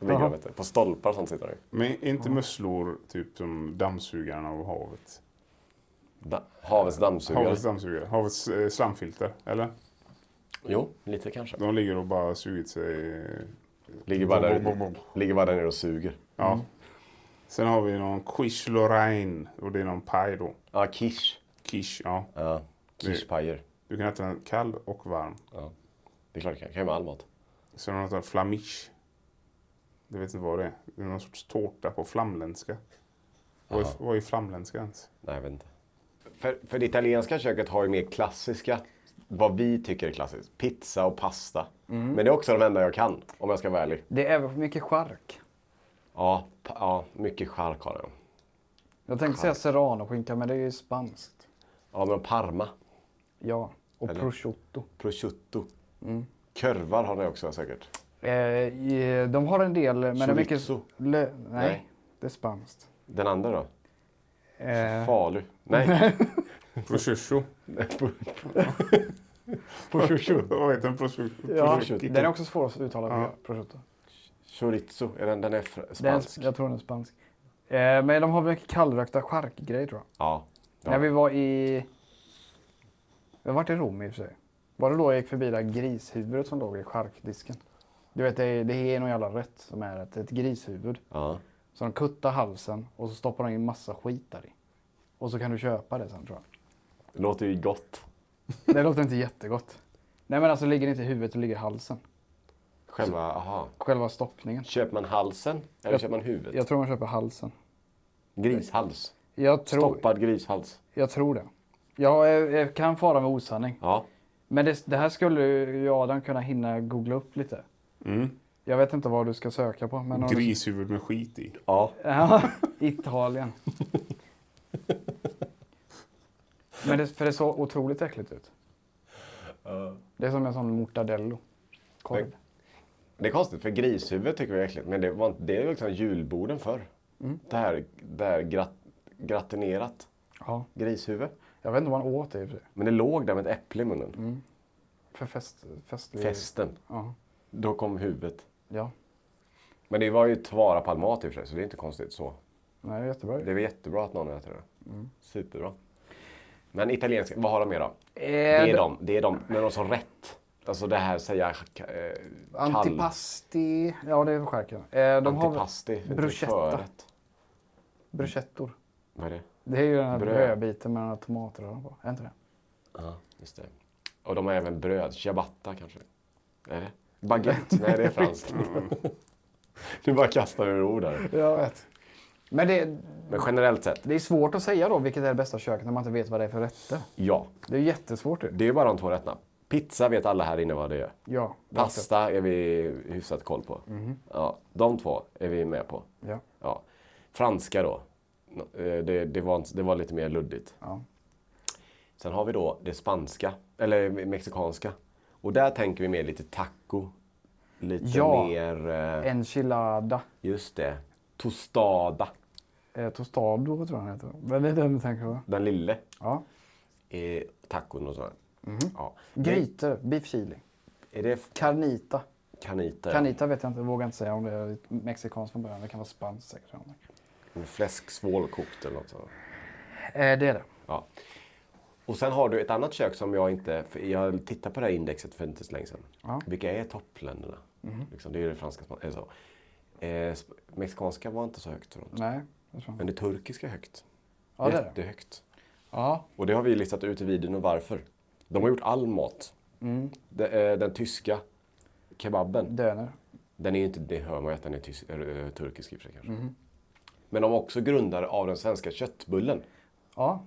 ligger de, vet du. På stolpar och sånt sitter de ju.
Men är inte musslor typ som dammsugarna av havet?
Da- Havets dammsugare.
Havets dammsugare. Havets eh, slamfilter, eller?
Jo, lite kanske.
De ligger och bara sugit sig. eh,
Ligger bara
Bom, bom,
där,
bom.
ligger bara där nere och suger.
Ja. Sen har vi någon quiche lorraine och det är någon paj då.
Ja, quiche.
Quiche, ja.
Ja, quichepajer.
Du kan äta den kall och varm.
Det är klart det kan. Det kan ju vara all mat.
Sen har de något flamich. Jag vet inte vad det är. Det är någon sorts tårta på flamländska. Vad är, vad är flamländska ens?
Nej, jag vet inte. För, för det italienska köket har ju mer klassiska, vad vi tycker är klassiskt. Pizza och pasta.
Mm.
Men det är också de enda jag kan, om jag ska vara ärlig.
Det är även mycket chark.
Ja, pa- ja mycket chark har jag.
Jag tänkte säga serranoskinka, men det är ju spanskt.
Ja, men parma,
Ja, och prosciutto.
prosciutto.
Mm.
Körvar har ni också säkert.
Eh, eh, de har en del, men det är mycket...
Chorizo.
Lö- nej,
Nej.
det är spanskt.
Den andra då?
Eh,
Falu? Nej.
Prosciutto.
prosciutto.
Vad heter den? Prosciutto.
ja,
prosciutto.
den är också svår att uttala, prosciutto.
Chorizo, är den, den är fr-
Den, är-
spansk.
jag tror den är spansk. Eh, men de har mycket kallrökta charkgrejer, tror jag.
Ja.
När vi var i... Vi har varit i Rom i och för sig. Var det då jag gick förbi det här grishuvudet som låg i charkdisken? Du vet, det är, det är någon jävla rätt som är ett, ett grishuvud.
ja.
Så de kuttar halsen och så stoppar de in massa skit där i. Och så kan du köpa det sen tror jag.
Det låter ju gott.
Det låter inte jättegott. Nej men alltså det ligger inte i huvudet, det ligger i halsen.
Själva, aha.
Själva stoppningen.
Köper man halsen eller
Jag-
köper man huvudet?
Jag tror man köper halsen.
Grishals.
Jag tror,
Stoppad grishals.
jag tror det. Jag, eh, jag kan fara med osanning.
Ja.
Men det, det här skulle ju jag och Adam kunna hinna googla upp lite. Jag vet inte vad du ska söka på. Men om du-
Grishuvud med skit i.
ja.
Ja, Italien. Men det, för det såg otroligt äckligt ut. Det är som en sån mortadello. Korv.
Det är konstigt för grishuvud tycker vi är äckligt. Men det var inte, det är liksom julborden förr.
Mm.
Det här, det här grat, gratinerat
Ja.
grishuvud.
Jag vet inte vad han åt i och för sig.
Men det låg där med ett äpple i munnen.
För fest... festlig-
Festen.
Mm. Ja.
Då kom huvudet.
ja.
Men det var ju tvara palmat i och för sig så det är inte konstigt så.
Nej, det är jättebra
Det
ju.
är väl jättebra att någon äter det.
Mm.
Superbra. Men italienska, vad har de mer då?
Eh,
Det är de, det är de, men de som rätt. Alltså det här säga eh, kall,
Antipasti. Ja, det är skärken. Eh, de har
antipasti, inte
bruschetta.
förrätt.
bruschettor.
Vad är det?
Det är ju den här
Bröd.
brödbiten med den här tomatröran på. Är det inte det?
Ja, just det. Och de har även bröd, ciabatta kanske. Är det? Baguette? Nej, det är franskt.
Mm.
Du bara kastar ur ord här.
Jag vet. Men det,
Men generellt sett,
det är svårt att säga då vilket är det bästa köket när man inte vet vad det är för rätter.
ja.
Det är jättesvårt ju.
Det är ju bara de två rätterna. Pizza vet alla här inne vad det är.
Ja. Mhm.
Pasta är vi hyfsat koll på. Ja, de två är vi med på.
Ja.
Ja. Franska då. Nå- eh, Det, det, var, inte- det var lite mer luddigt.
Ja.
Sen har vi då det spanska, eller mexikanska. Och där tänker vi mer lite taco. Lite
Ja.
mer, eh,
Enchilada.
just det, tostada.
Eh, tostado tror jag den heter. Men det är den du tänker på?
Den lille
Ja.
eh, tacon och sådär.
Mhm.
Ja.
Grytor. Beef chili.
Är det f-
Carnita.
canita?
Canita vet jag inte, vågar inte säga om det är mexikanskt från början. Det kan vara spanskt säkert. eller någonting.
Fläsksvål kokt eller något sånt.
Eh, det är det.
Ja. Och sen har du ett annat kök som jag inte... för Jag tittade på det här indexet för inte så länge sedan. Vilka är toppländerna?
Mhm.
Liksom, det är ju det franska som är så. Eh, sp- mexikanska var inte så högt tror jag.
Nej, jag tror inte.
Men det turkiska är högt.
Ja, det är det.
Jättehögt.
Ja,
Och det har vi listat ut i videon och varför. De har gjort all mat. De, eh, den tyska kebaben.
döner.
Den är ju inte, det hör man ju att den är tysk, eh, turkisk i och för sig kanske. Men de är också grundare av den svenska köttbullen.
Ja,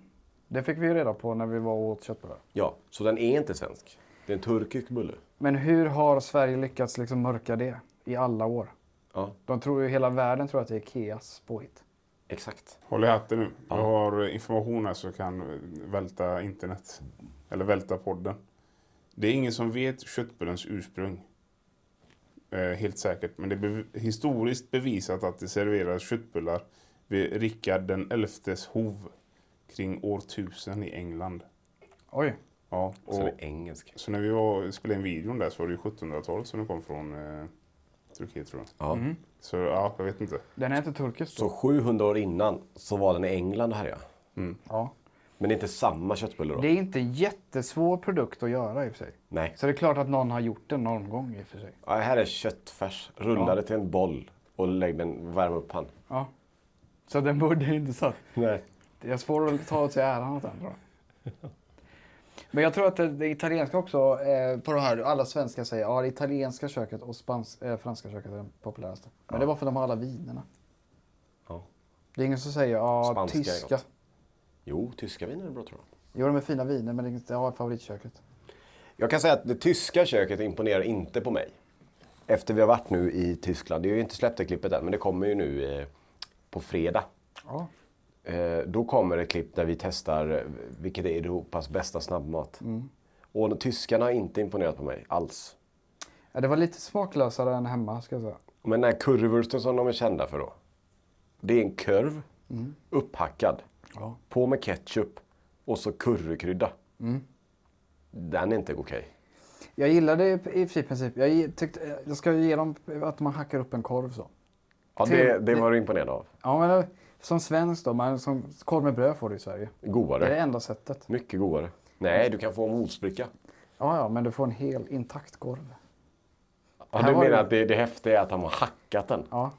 det fick vi ju reda på när vi var och åt köttbullar.
Ja, så den är inte svensk. Det är en turkisk bulle.
Men hur har Sverige lyckats liksom mörka det i alla år?
Ja,
De tror ju, hela världen tror att det är Ikeas påhitt.
exakt.
Håll i hatten nu. Jag har information här som kan välta internet. Eller välta podden. Det är ingen som vet köttbullens ursprung. Eh, helt säkert. Men det är bev- historiskt bevisat att det serverades köttbullar vid Rickard den elftes hov kring år 1000 i England.
Oj,
Ja,
Och sen
och
är engelsk.
så när vi var, spelade in videon där så var det ju 1700-talet som den kom från eh, Turkiet tror jag.
Ja.
Så ja, jag vet inte.
den är inte turkisk då?
Så 700 år innan så var den i England här ja.
Ja.
Men det är inte samma köttbulle då?
Det är inte en jättesvår produkt att göra i och för sig.
Nej.
Så det är klart att någon har gjort den någon gång i och för sig.
Ja, här är köttfärs. Rulla det till en boll och lägg den, värm upp han.
Ja. Så den borde ju inte satt.
Nej.
Det är svårt att ta åt sig äran åt den tror jag. Men jag tror att det, det italienska också, eh, på de här, alla svenskar säger ja det italienska köket och spans, eh, franska köket är det populäraste. Men det var för att de har alla vinerna.
Ja.
Det är ingen som säger ja
Spanska är
tyska.
gott. Jo, tyska viner är bra tror jag.
Jo de är fina viner men det är inte ja, favoritköket.
Jag kan säga att det tyska köket imponerar inte på mig. Efter vi har varit nu i Tyskland. Det är ju inte släppt det klippet än, men det kommer ju nu eh, på fredag.
Ja.
Eh, då kommer ett klipp där vi testar eh, vilket är Europas bästa snabbmat. Och tyskarna har inte imponerat på mig alls.
ja. Det var lite smaklösare än hemma ska jag säga.
Men den här currywursten som de är kända för då. Det är en kurv, upphackad, på med ketchup och så currykrydda. Den är inte okej.
Jag gillade i i princip, jag, gi- tyckte, eh, jag ska ju ge dem att man hackar upp en korv så.
Ja,
Till-
det, det var du imponerad av.
Ja men eh, som svensk då, man, som, korv med bröd får du i Sverige. Det
Godare.
är det enda sättet.
Mycket godare. Nej, du kan få en mosbricka.
Ja, ja, men du får en hel intakt korv.
Ja,
Här
du
var
menar
det-
att det, det häftiga är att han har hackat den?
Ja,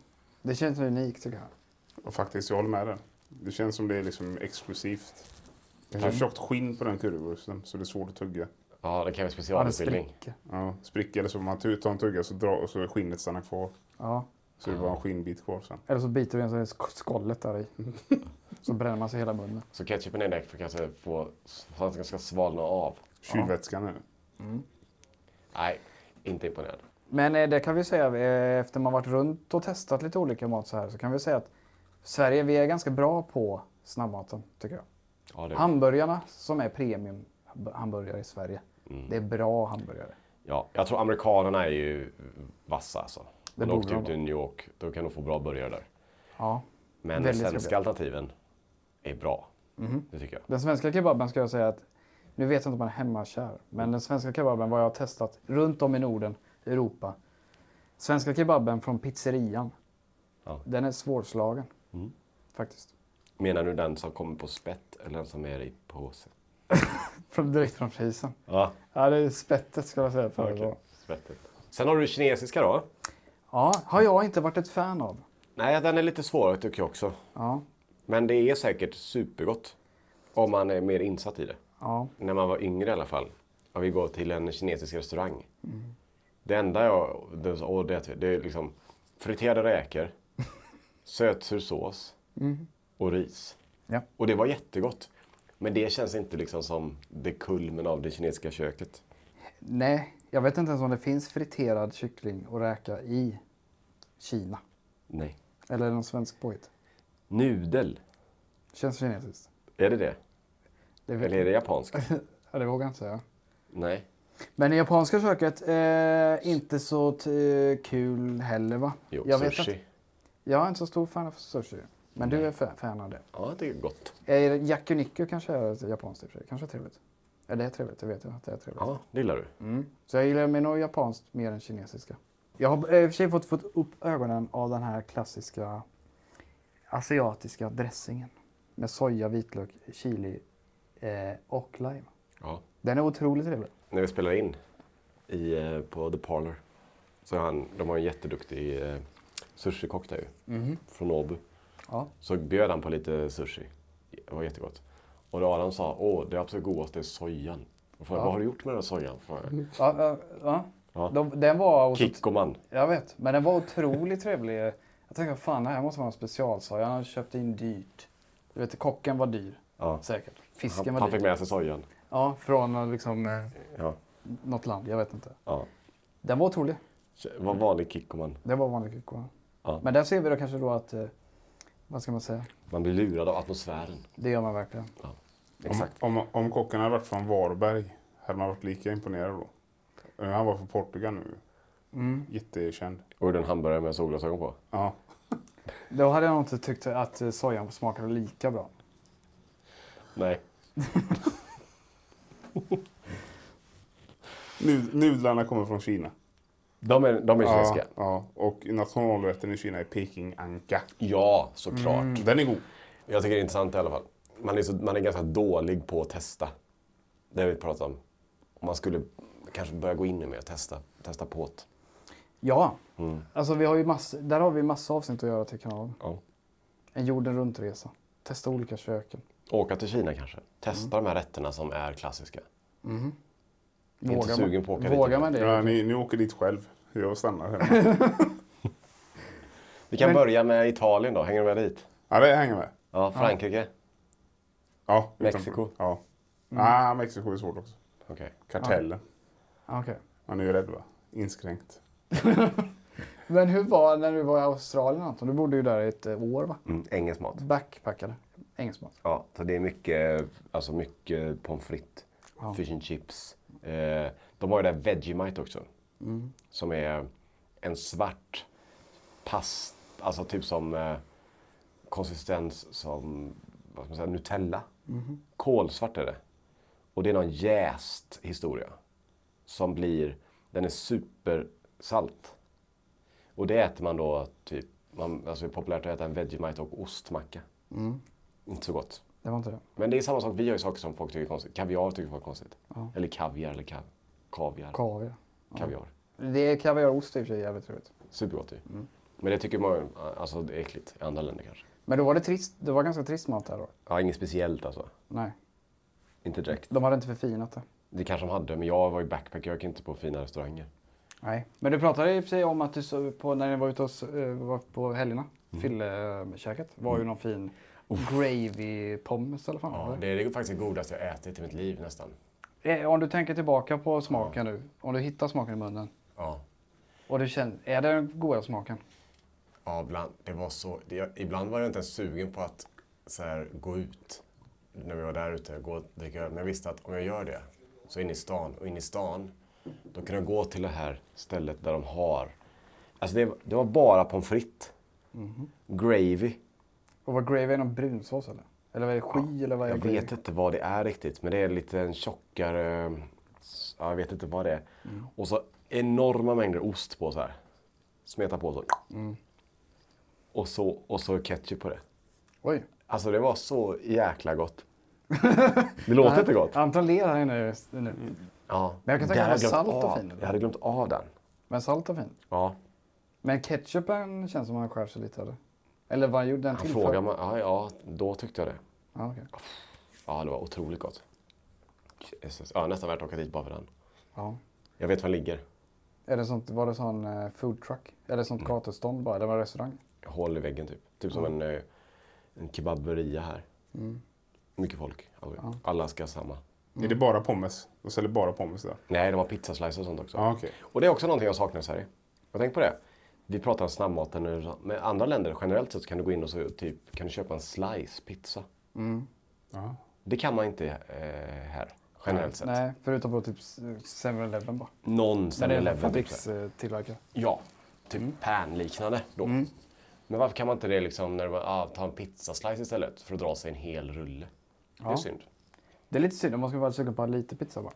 det känns unikt tycker jag.
Och faktiskt, jag håller med dig. Det känns som det är liksom exklusivt. Kanske tjockt skinn på den currywursten så det är svårt att tugga.
Ja, det krävs
Ja, det
specialutbildning.
spricker.
Ja, spricker eller så om man tu- tar en tugga så, drar, och så är skinnet stannar kvar.
Ja.
Så är det bara en skinnbit kvar sen.
Eller så biter vi en sån här sk- skållet där i. Så bränner man sig hela munnen.
Så ketchupen är där för att kanske få, så att den ska svalna av.
Kylvätskan är det.
Nej, inte imponerad.
Men eh, det kan vi säga eh, efter man varit runt och testat lite olika mat så här så kan vi säga att Sverige, vi är ganska bra på snabbmaten tycker jag.
Ja, det,
Hamburgarna som är premium hamburgare i Sverige. Det är bra hamburgare.
ja, jag tror amerikanerna är ju vassa alltså.
Det
Det
borde
de åkte
de
ut till New York, då kan de få bra burgare där.
Ja.
Men de
Väldigt Mhm.
svenska
trevliga.
alternativen är bra. Det tycker jag.
Den svenska kebaben ska jag säga att, nu vet jag inte om man är hemmakär, men den svenska kebaben vad jag har testat runt om i Norden, Europa. Svenska kebaben från pizzerian,
Ja. Mm.
den är svårslagen. Faktiskt.
Menar du den som kommer på spett eller den som är i påse?
Från, direkt från frysen.
Ja,
Ja, det är spettet ska jag säga. För
okej. Spettet. Sen har du kinesiska då.
Ja, har jag inte varit ett fan av.
Nej, den är lite svårare tycker jag också.
Ja,
Men det är säkert supergott. Om man är mer insatt i det.
ja.
När man var yngre i alla fall. Om vi går till en kinesisk restaurang.
Mm.
Det enda jag... Det, och det, det är liksom friterade räkor, sötsur sås
Mm.
och ris.
Ja.
Och det var jättegott. Men det känns inte liksom som det kulmen av det kinesiska köket.
Nej, jag vet inte ens om det finns friterad kyckling och räka i Kina.
Nej.
Eller är det någon svensk påhitt?
Nudel,
Känns kinesiskt.
är det det?
Det vet
Eller är det japanskt?
Ja, det vågar jag inte säga.
Nej.
Men det japanska köket, eh, inte så t- eh, kul heller va?
Jo,
jag
sushi.
Vet att, jag är inte så stor fan av sushi. Men du är fa- fan av det.
Ja, det är gott.
Eh, yakiniku kanske är ett japanskt i och för sig. Kanske är trevligt. Ja, det är trevligt, det vet jag att det är trevligt. Mm.
Ja, det gillar du.
Så jag gillar mig nog japanskt mer än kinesiska. Jag har eh, i och för sig fått, fått upp ögonen av den här klassiska asiatiska dressingen. Med soja, vitlök, chili eh, och lime.
Ja.
Den är otroligt trevlig.
när vi spelade in i, eh, på The Parlor. Så han, de har en jätteduktig eh, sushikock där ju. Från Åbo.
Ja.
Så bjöd han på lite sushi. Det var jättegott. Och då Adam sa, åh det absolut godaste är sojan. Och frågade, vad har du gjort med den här sojan? Frågade jag.
Ja, ja, ja.
Ja.
De, den var...
Kikkoman.
Jag vet, men den var otroligt trevlig. Jag tänkte, fan det här måste vara en specialsoja. Han köpte in dyrt. Du vet, kocken var dyr.
Ja.
Säkert.
Han,
Fisken
han
var
fick
dyr.
med sig sojan.
Ja, från eh, liksom, eh,
Ja.
något land, jag vet inte.
ja.
Den var otrolig.
Det Var vanlig kikkoman.
Det var vanlig kyrkoa.
Ja.
Men där ser vi då kanske då att, eh, vad ska man säga?
Man blir lurad av atmosfären.
Det gör man verkligen.
Ja. Exakt.
Om, om, om kocken hade varit från Varberg, hade man varit lika imponerad då? Eh, Han var från Portugal nu. Jättekänd.
Och gjorde en hamburgare med solglasögon på.
Ja.
Då hade jag nog inte tyckt att eh, sojan smakade lika bra.
Nej.
Nu- Nudlarna kommer från Kina.
De är, de är
Ja,
kinesiska.
ja. Och nationalrätten i Kina är pekinganka.
Ja, såklart.
Den är god.
Jag tycker det är intressant i alla fall. Man är, så, man är ganska dålig på att testa. Det har vi pratat om. Om man skulle kanske börja gå in i mer och testa, testa på det.
Ja,
Mm.
alltså vi har ju mass, där har vi massa avsnitt att göra till kanalen. En jorden runt-resa. Testa olika köken.
Åka till Kina kanske. Testa de här rätterna som är klassiska. Inte sugen på att åka dit
Vågar
igen.
man det?
Ja, ni, ni åker dit själv. Jag stannar hemma.
Vi kan börja med Italien då. Hänger du med dit?
Ja, det hänger med.
Ja, Frankrike.
Ja, utanför.
Mexiko.
Ja. Ah, Mexiko är svårt också.
Okej.
Kartellen.
Ja, Ah, Okej.
Man är ju rädd va? Inskränkt.
Men hur var det när du var i Australien Anton? Du bodde ju där i ett eh, år va?
Mm, engelsk mat.
Backpackade. Engelsk mat.
Ja, så det är mycket, alltså mycket pommes frites, fish and chips. Eh, de har ju det här Vegemite också. Som är en svart past, alltså typ som eh, konsistens som vad ska man säga, Nutella. Kolsvart är det. Och det är någon jäst historia. Som blir, den är supersalt. Och det äter man då typ, man, alltså det är populärt att äta en Vegemite och ostmacka. Inte så gott.
Det var inte det.
Men det är samma sak, vi gör ju saker som folk tycker är konstigt. Kaviar tycker folk är konstigt. Eller kaviar eller ka- kaviar.
Kaviar.
kaviar.
Det är kaviarost i och för sig jävligt trevligt.
Supergott ju. Men det tycker man alltså det är äckligt i andra länder kanske.
Men då var det trist. Det var ganska trist mat här då.
Ja, inget speciellt alltså.
Nej.
Inte direkt.
De hade inte förfinat det.
Det kanske de hade, men jag var ju backpacker. Jag gick inte på fina restauranger.
Nej. Men du pratade i och för sig om att du så på, när ni var ute och s- eh, var på helgerna, fyllekäket, var ju någon fin gravy pommes eller fan.
Ja,
vad
det är det faktiskt det godaste jag ätit i mitt liv nästan.
det är. Eh, Om du tänker tillbaka på smaken nu, om du hittar smaken i munnen
Ja.
och du känner, är det den goda smaken?
Ja, ibland, det var så, det, jag, ibland var jag inte ens sugen på att så här, gå ut när vi var där ute och gå och dricka öl. Men jag visste att om jag gör det så in i stan och in i stan då kan jag gå till det här stället där de har. Alltså det, det var bara pommes frites. Gravy.
Och var gravy någon brunsås eller? Eller var det sky eller vad är
Jag
gravy?
vet inte vad det är riktigt men det är lite en tjockare, s- ja, jag vet inte vad det är. Och så enorma mängder ost på så här. Smeta på så. Och, så och så ketchup på det.
Oj.
Alltså det var så jäkla gott. Det låter inte gott.
Anton ler här inne just nu.
Mm. Ja.
Men jag kan tänka mig
Det hade
att
glömt
salt och
av.
fin.
Jag hade glömt av den.
Men salt är fint.
Ja.
Men ketchupen känns som att han skär sig lite eller? Eller vad gjorde den
Han
till
frågade
för?
mig. Ja, ja, då tyckte jag det.
Ja, okej.
Ja, det var otroligt gott. Jesus. Ja, nästan värt att åka dit bara för den.
ja.
Jag vet var den ligger.
Är det sånt, var det sån eh, food truck? Eller sånt
Mm.
gatustånd bara? Eller var det restaurang?
Hål i väggen typ. Typ som en, eh, en kebaberia här.
Mm.
Mycket folk. Alla, alla ska ha samma.
Är det bara pommes? De säljer bara pommes där?
Nej, de har pizzaslicer och sånt också.
Ja, okej.
Och det är också någonting jag saknar i Sverige. Jag tänker på det. Vi pratar om snabbmaten nu. Men andra länder generellt sett så kan du gå in och så typ, kan du köpa en slice pizza.
Ja.
Det kan man inte eh, här generellt sett.
Nej, förutom på typ s- 7-Eleven bara.
Någon
Men det är eh, Mm.
7-Eleven. Typ, så här.
fabrikstillverkad.
ja, typ panliknande då.
Mm.
Men varför kan man inte det liksom när man ah, tar en pizzaslice istället för att dra sig en hel rulle? Det är synd.
Det är lite synd om man ska vara sugen på lite pizza bara.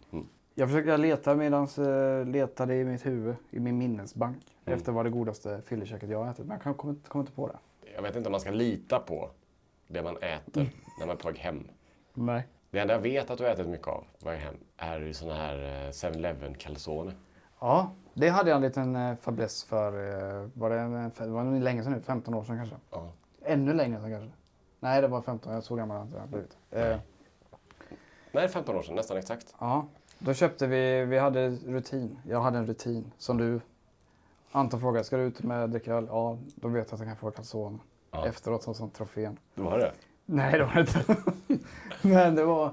Jag försöker jag letar medan eh, letade i mitt huvud, i min minnesbank, efter vad det godaste fyllekäket jag har ätit. Men jag kan- kommer inte, kommer inte på det.
Jag vet inte om man ska lita på det man
Mm.
äter när man är på väg hem.
Nej.
Det enda jag vet att du har ätit mycket av på väg hem är ju såna här eh, 7-Eleven calzone.
Ja, det hade jag en liten eh, fäbless för. Eh, var det, en, det var nog länge sedan nu, 15 år sedan kanske.
Ja.
Ännu längre sedan kanske. Nej, det var 15, jag så gammal har jag inte blivit. Eh,
Nej, 15 år sedan, nästan exakt.
Ja, då köpte vi, vi hade rutin. Jag hade en rutin som du, Anton frågade, ska du ut med att dricka öl? Ja, då vet jag att jag kan få calzone efteråt som, som trofén.
Det var det.
Nej, det var det inte. Men det var,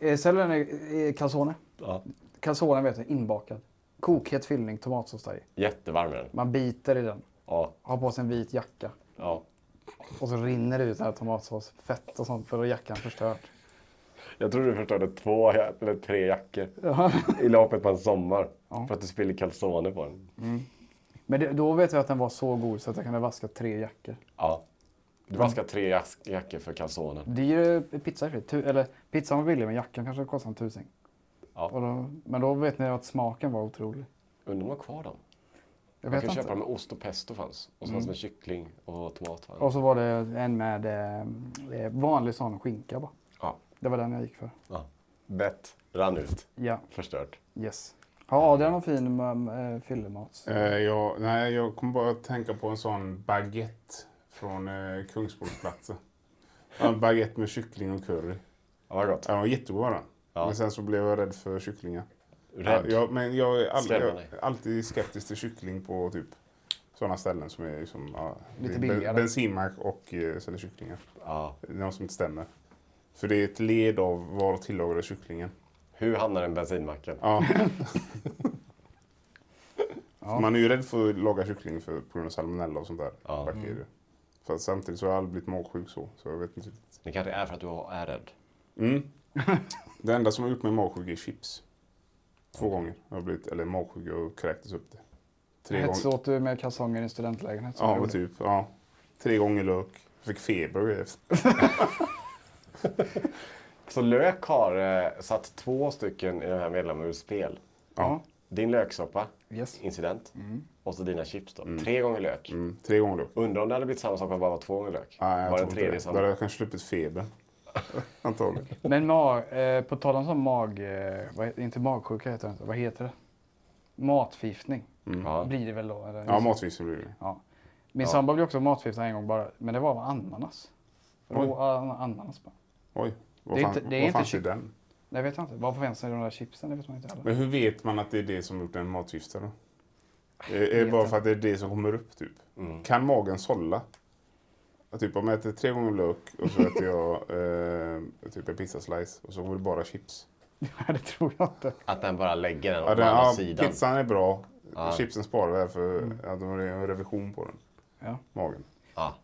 eh, sällan är eh, calzone.
Ja.
Calzone vet jag, inbakad. Kokhet fyllning, tomatsås där i.
Jättevarm är den.
Man biter i den,
Ja,
har på sig en vit jacka
ja.
och så rinner det ut den här tomatsås, fett och sånt för att jackan förstört.
Jag tror du förstörde två eller tre jackor
Ja.
i loppet på en sommar.
Ja.
För att du spillde calzone på den.
Men det, då vet jag att den var så god så att jag kunde vaska tre jackor.
Ja. Du vaskade tre jack- jackor för calzonen.
Dyr eh, pizza är fri. Tu- Eller pizzan var billig men jackan kanske kostade en tusing.
Ja.
Och då, men då vet ni att smaken var otrolig.
Undrar om de har kvar dem?
Jag
Man
vet
kan
inte. Mm.
köpa dem med ost och pesto fanns. Och så fanns det med kyckling och tomat. Va?
Och så var det en med eh, eh, vanlig sån skinka bara.
Ja.
Det var den jag gick för.
ja. Bett rann ut.
Ja,
Förstört.
yes. Har Adrian någon fin eh, fyllemat?
Eh, jag, nej, jag kommer bara att tänka på en sån baguette från eh, Kungsportsplatsen. Ja, En baguette med kyckling och curry.
Ja, vad gott.
Ja, Den var jättegod var den.
Ja.
Men sen så blev jag rädd för kycklingar.
Rädd.
Ja, jag, men jag är, all, jag
Slämmer dig.
är alltid skeptisk till kyckling på typ sådana ställen som är som, ja,
Lite
ben-
billigare.
bensinmack och eh, säljer kycklingar.
Ja.
Det är något som inte stämmer. För det är ett led av var tillagade kycklingen.
Hur hamnar den i bensinmacken?
Ja. Man är ju rädd för att laga kyckling för, på grund av salmonella och sånt där.
Ja. Mm.
Bakterier. För att samtidigt så har jag aldrig blivit magsjuk så. så jag vet inte. riktigt.
Det kanske är för att du är rädd.
Mm. det enda som har gjort mig magsjuk är chips. Två
Mm.
gånger har jag blivit, eller magsjuk och kräktes upp det. Tre gånger.
Hets åt du med kalsonger i studentlägenhet? som
Ja,
jag
men
gjorde.
typ. Ja. Tre gånger lök. Fick feber efter.
Så Lök har eh, satt två stycken i den här medlemmen ur spel.
Ja.
Din löksoppa,
Yes.
incident. Och så dina chips då. Tre gånger lök.
Mm, tre gånger lök.
Undrar om det hade blivit samma sak om det bara var två gånger lök.
Nej, jag
var
tror
den
inte
tredje
det.
liksom?
samma?
Då hade jag kanske sluppit feber. Antagligen.
Men mag, eh, på tal om sån mag... Eh, vad, heter- inte magsjuka heter det inte. Vad heter det? Matförgiftning
Ja.
Mm.
blir det väl då? Eller?
Ja, matvisning blir det.
Ja. Min sambo blev också matförgiftad en gång bara, men det var av ananas. Rå an- ananas bara.
Oj, vad
Det är
fan,
inte- det är
vad
inte
fanns i
kyck-
den?
Det vet jag inte. Varför fanns det i de där chipsen? Det vet man inte heller.
Men hur vet man att det är det som gjort en matförgiftad då? Är det bara för att det är det som kommer upp typ?
Mm.
Kan magen sålla? Ja, Typ om jag äter tre gånger lök och så äter jag eh, typ en pizzaslice och så går det bara chips.
Nej, det tror jag inte.
Att den bara lägger den åt
Ja, den,
andra
ja,
sidan.
pizzan är bra. Chipsen sparar jag för
Mm.
att de har en revision på den.
Ja.
Magen.
Ja.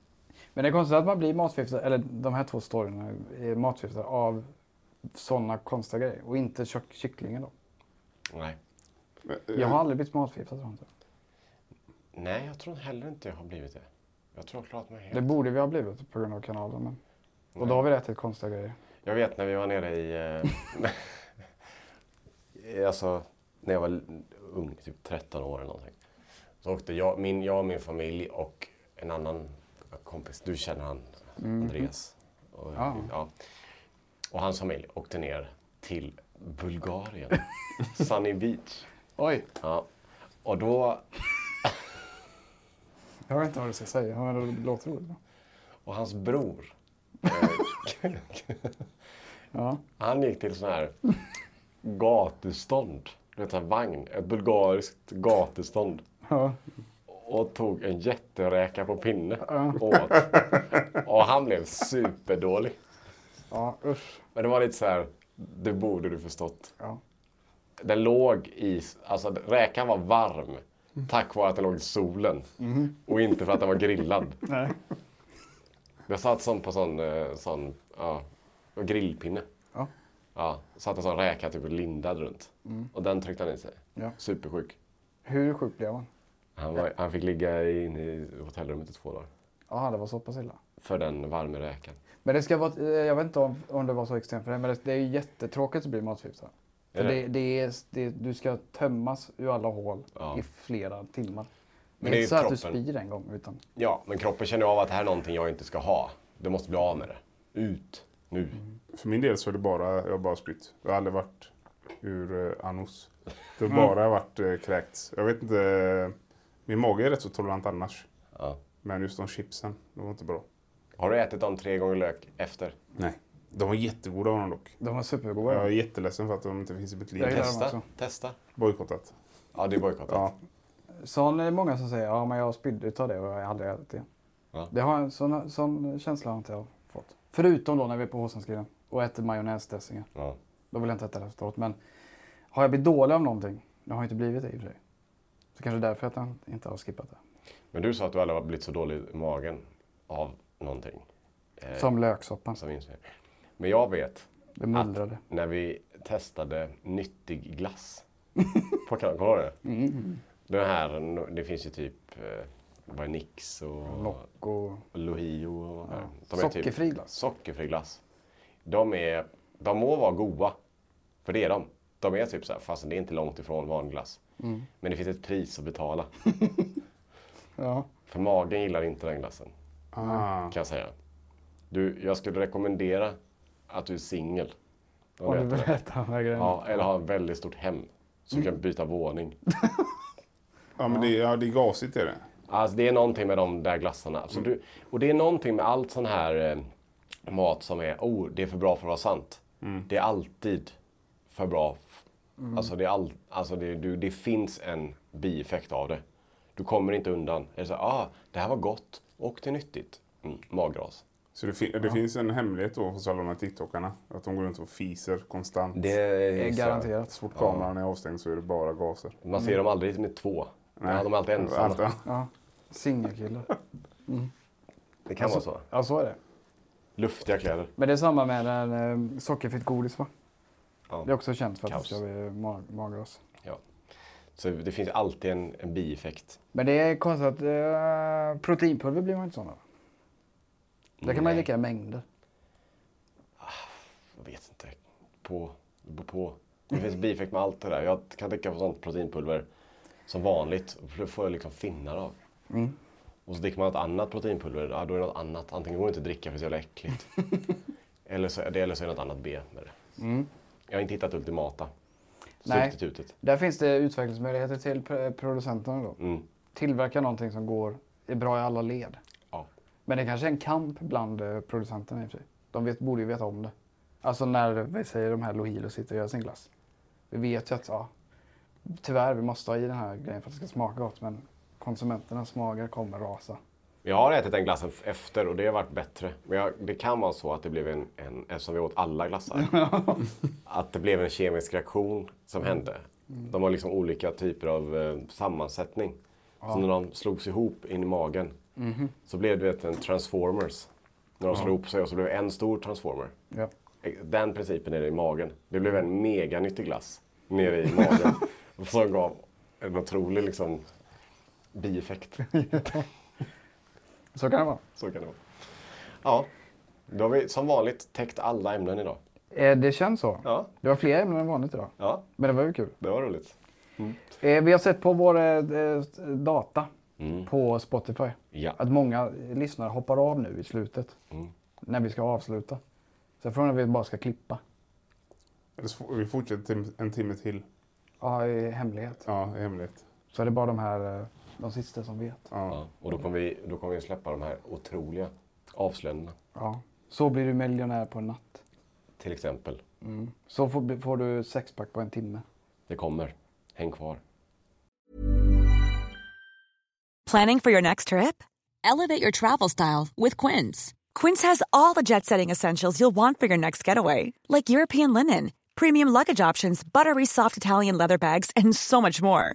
Men det är konstigt att man blir matförgiftad, eller de här två storyna, är matförgiftad av sådana konstiga grejer. Och inte kyck- kycklingen då.
Nej.
Men,
Jag har aldrig blivit matförgiftad tror jag inte.
Nej, jag tror heller inte jag har blivit det. Jag tror jag har klarat mig helt.
Det borde vi ha blivit på grund av kanalen. Men... Och då har vi ätit konstiga grejer.
Jag vet när vi var nere i... Eh, alltså, när jag var l- ung, typ 13 år eller någonting. Så åkte jag, min, jag och min familj och en annan kompis, du känner han, Andreas. Och,
Ja.
ja. och hans familj åkte ner till Bulgarien, Sunny Beach.
Oj!
Ja. Och då
Jag vet inte vad du ska säga, men det låter roligt.
Och hans bror,
Ja.
han gick till sån här gatustånd. Du vet, en vagn. Ett bulgariskt gatustånd.
Ja.
Och tog en jätteräka på pinne och åt. Och han blev superdålig.
ja, usch.
Men det var lite så här, det borde du förstått.
Ja.
Den låg i, alltså räkan var varm. Tack vare att den låg i solen.
Mhm.
Och inte för att den var grillad.
Nej.
Jag satt sån på sån, eh, sån ja, grillpinne.
Ja.
Ja, satt en sån räka typ lindad runt. Och den tryckte han i sig.
Ja.
Supersjuk.
Hur sjuk blev man?
Han, var, han fick ligga inne i hotellrummet i två dagar.
Ja, det var så pass illa.
För den varme räkan.
Men det ska vara, eh, jag vet inte om, om det var så extremt för dig, men det, det är ju jättetråkigt att bli matförgiftad. För
Är det?
det, det är, det, du ska tömmas ur alla hål
Ja.
i flera timmar.
Men det
det är
är
inte
ju
så att du
kroppen.
spyr en gång. Utan,
Ja, men kroppen känner av att det här är någonting jag inte ska ha. Du måste bli av med det. Ut. Nu.
För min del så är det bara, jag har bara spytt. Jag har aldrig varit ur eh, anus. Det
Mm.
har bara varit eh, kräkts. Jag vet inte, eh, min mage är rätt så tolerant annars.
Ja.
Men just de chipsen, de var inte bra.
Har du ätit dem tre gånger lök efter?
Nej. De var jättegoda var de dock.
de var supergoda.
Jag är jätteledsen för att de inte finns i mitt liv.
Jag gillar dem
Testa.
också.
Testa.
Bojkottat.
Ja, det är bojkottat.
Ja.
Sån är det många som säger ja men jag spydde utav det och jag har aldrig ätit det.
Ja.
det har en sån, sån känsla har inte jag fått. Förutom då när vi är på Håsanskridan och äter majonnäsdressingar.
Ja.
Då vill jag inte äta det efteråt. Men har jag blivit dålig av någonting, det har jag inte blivit det i och för sig. Så kanske därför att jag inte har skippat det.
Men du sa att du aldrig har blivit så dålig i magen av någonting. Eh,
Som löksoppan,
som insvep. Men jag vet
det mullrade.
när vi testade nyttig glass på Kanada. Kommer du ihåg det?
Mm.
Den här, det finns ju typ eh, vad är Nix och
Nocco.
Lohio och vad det är. De är
Sockerfri
typ,
glass.
Sockerfri glass. De, är, de må vara goa, för det är de. De är typ så här, fast det är inte långt ifrån vanlig glass.
Mm.
Men det finns ett pris att betala.
Ja.
För magen gillar inte den glassen,
Ah.
kan jag säga. Du, jag skulle rekommendera att du är singel. och
Om du
äter det.
vill äta de här grejerna.
Ja, eller ha ett väldigt stort hem. Så
Mm.
du kan byta våning.
Ja, men det, ja, det är gasigt är det.
Alltså det är någonting med de där glassarna. Så
Mm.
du, och det är någonting med allt sån här eh, mat som är, oh, det är för bra för att vara sant.
Mm.
Det är alltid för bra. f- Alltså, det, är all, alltså det, du, det finns en bieffekt av det. Du kommer inte undan. Är det så här, ah, det här var gott och det är nyttigt. Mm, magras.
Så det, fi- det finns en hemlighet då hos alla de här TikTokarna. Att de går runt och fiser konstant.
Det är,
är
Så
garanterat.
fort kameran är avstängd så är det bara gaser.
man
Mm.
ser dem aldrig med två. Ja, de är alltid alltså. ensamma.
Allt, ja.
Ja. Singelkillar.
Det kan vara så.
Ja, så är det.
Luftiga kläder.
Men det är samma med den, eh, sockerfritt godis va?
Ja.
Det är också känt för att
Kaos.
det ska bli mag- magras.
Ja. Så det finns alltid en, en bieffekt.
Men det är konstigt att eh, proteinpulver blir man inte sån av. Där kan man ju
Nej.
lika i mängder.
Jag vet inte. På. Det beror på. Det finns bieffekt med allt det där. Jag kan dricka sånt proteinpulver som vanligt. och Det får jag liksom finnar av.
Mm.
Och så dricker man något annat proteinpulver. Ja, då är det något annat. Antingen går det inte att dricka för det är så jävla äckligt. eller, så, det- eller så är det något annat B med det. Jag har inte hittat ultimata.
Mm. Nej.
Substitutet.
Där finns det utvecklingsmöjligheter till pr- producenterna då.
Mm.
Tillverka någonting som går är bra i alla led.
Ja.
Men det kanske är en kamp bland eh, producenterna i och för sig. De vet, borde ju veta om det. Alltså när vi säger de här Lohilo sitter och gör sin glass. Vi vet ju att ja, tyvärr vi måste ha i den här grejen för att det ska smaka gott men konsumenternas smaker kommer rasa.
Jag har ätit den glassen f- efter och det har varit bättre. Men jag, det kan vara så att det blev en, en, eftersom vi åt alla glassar, att det blev en kemisk reaktion som hände. De har liksom olika typer av eh, sammansättning. Så när de slogs ihop in i magen så blev det vet, en transformers. När de slog ihop sig och så blev det en stor transformer. Eh,
Ja.
Den principen är det i magen. Det blev en meganyttig glass nere i magen. som gav en otrolig liksom, bieffekt.
Så kan det vara.
Så kan det vara. Ja, då har vi som vanligt täckt alla ämnen idag.
Eh, det känns så.
Ja.
Det var fler ämnen än vanligt idag.
Ja,
Men det var ju kul.
det var roligt.
Eh, vi har sett på vår eh, data på Spotify
Mm. Ja. Mm.
att många lyssnare hoppar av nu i slutet. När vi ska avsluta. Så frågan är om vi bara ska klippa.
Eller så får- Vi fortsätter tim- en timme till.
Ja, i hemlighet.
Ja, hemligt.
Så är det bara de här, eh, de sista som vet.
Ja. Och då kommer, vi, då kommer vi släppa de här otroliga avslöjandena.
Ja. Så blir du miljonär på en natt.
Till exempel,
Så får, får du sexpack på en timme.
det kommer. Häng kvar.
Planning for your next trip? Elevate your travel style with Quince. Quince has all the jet setting essentials you'll want for your next getaway, like European linen, premium luggage options, buttery soft Italian leather bags, and so much more.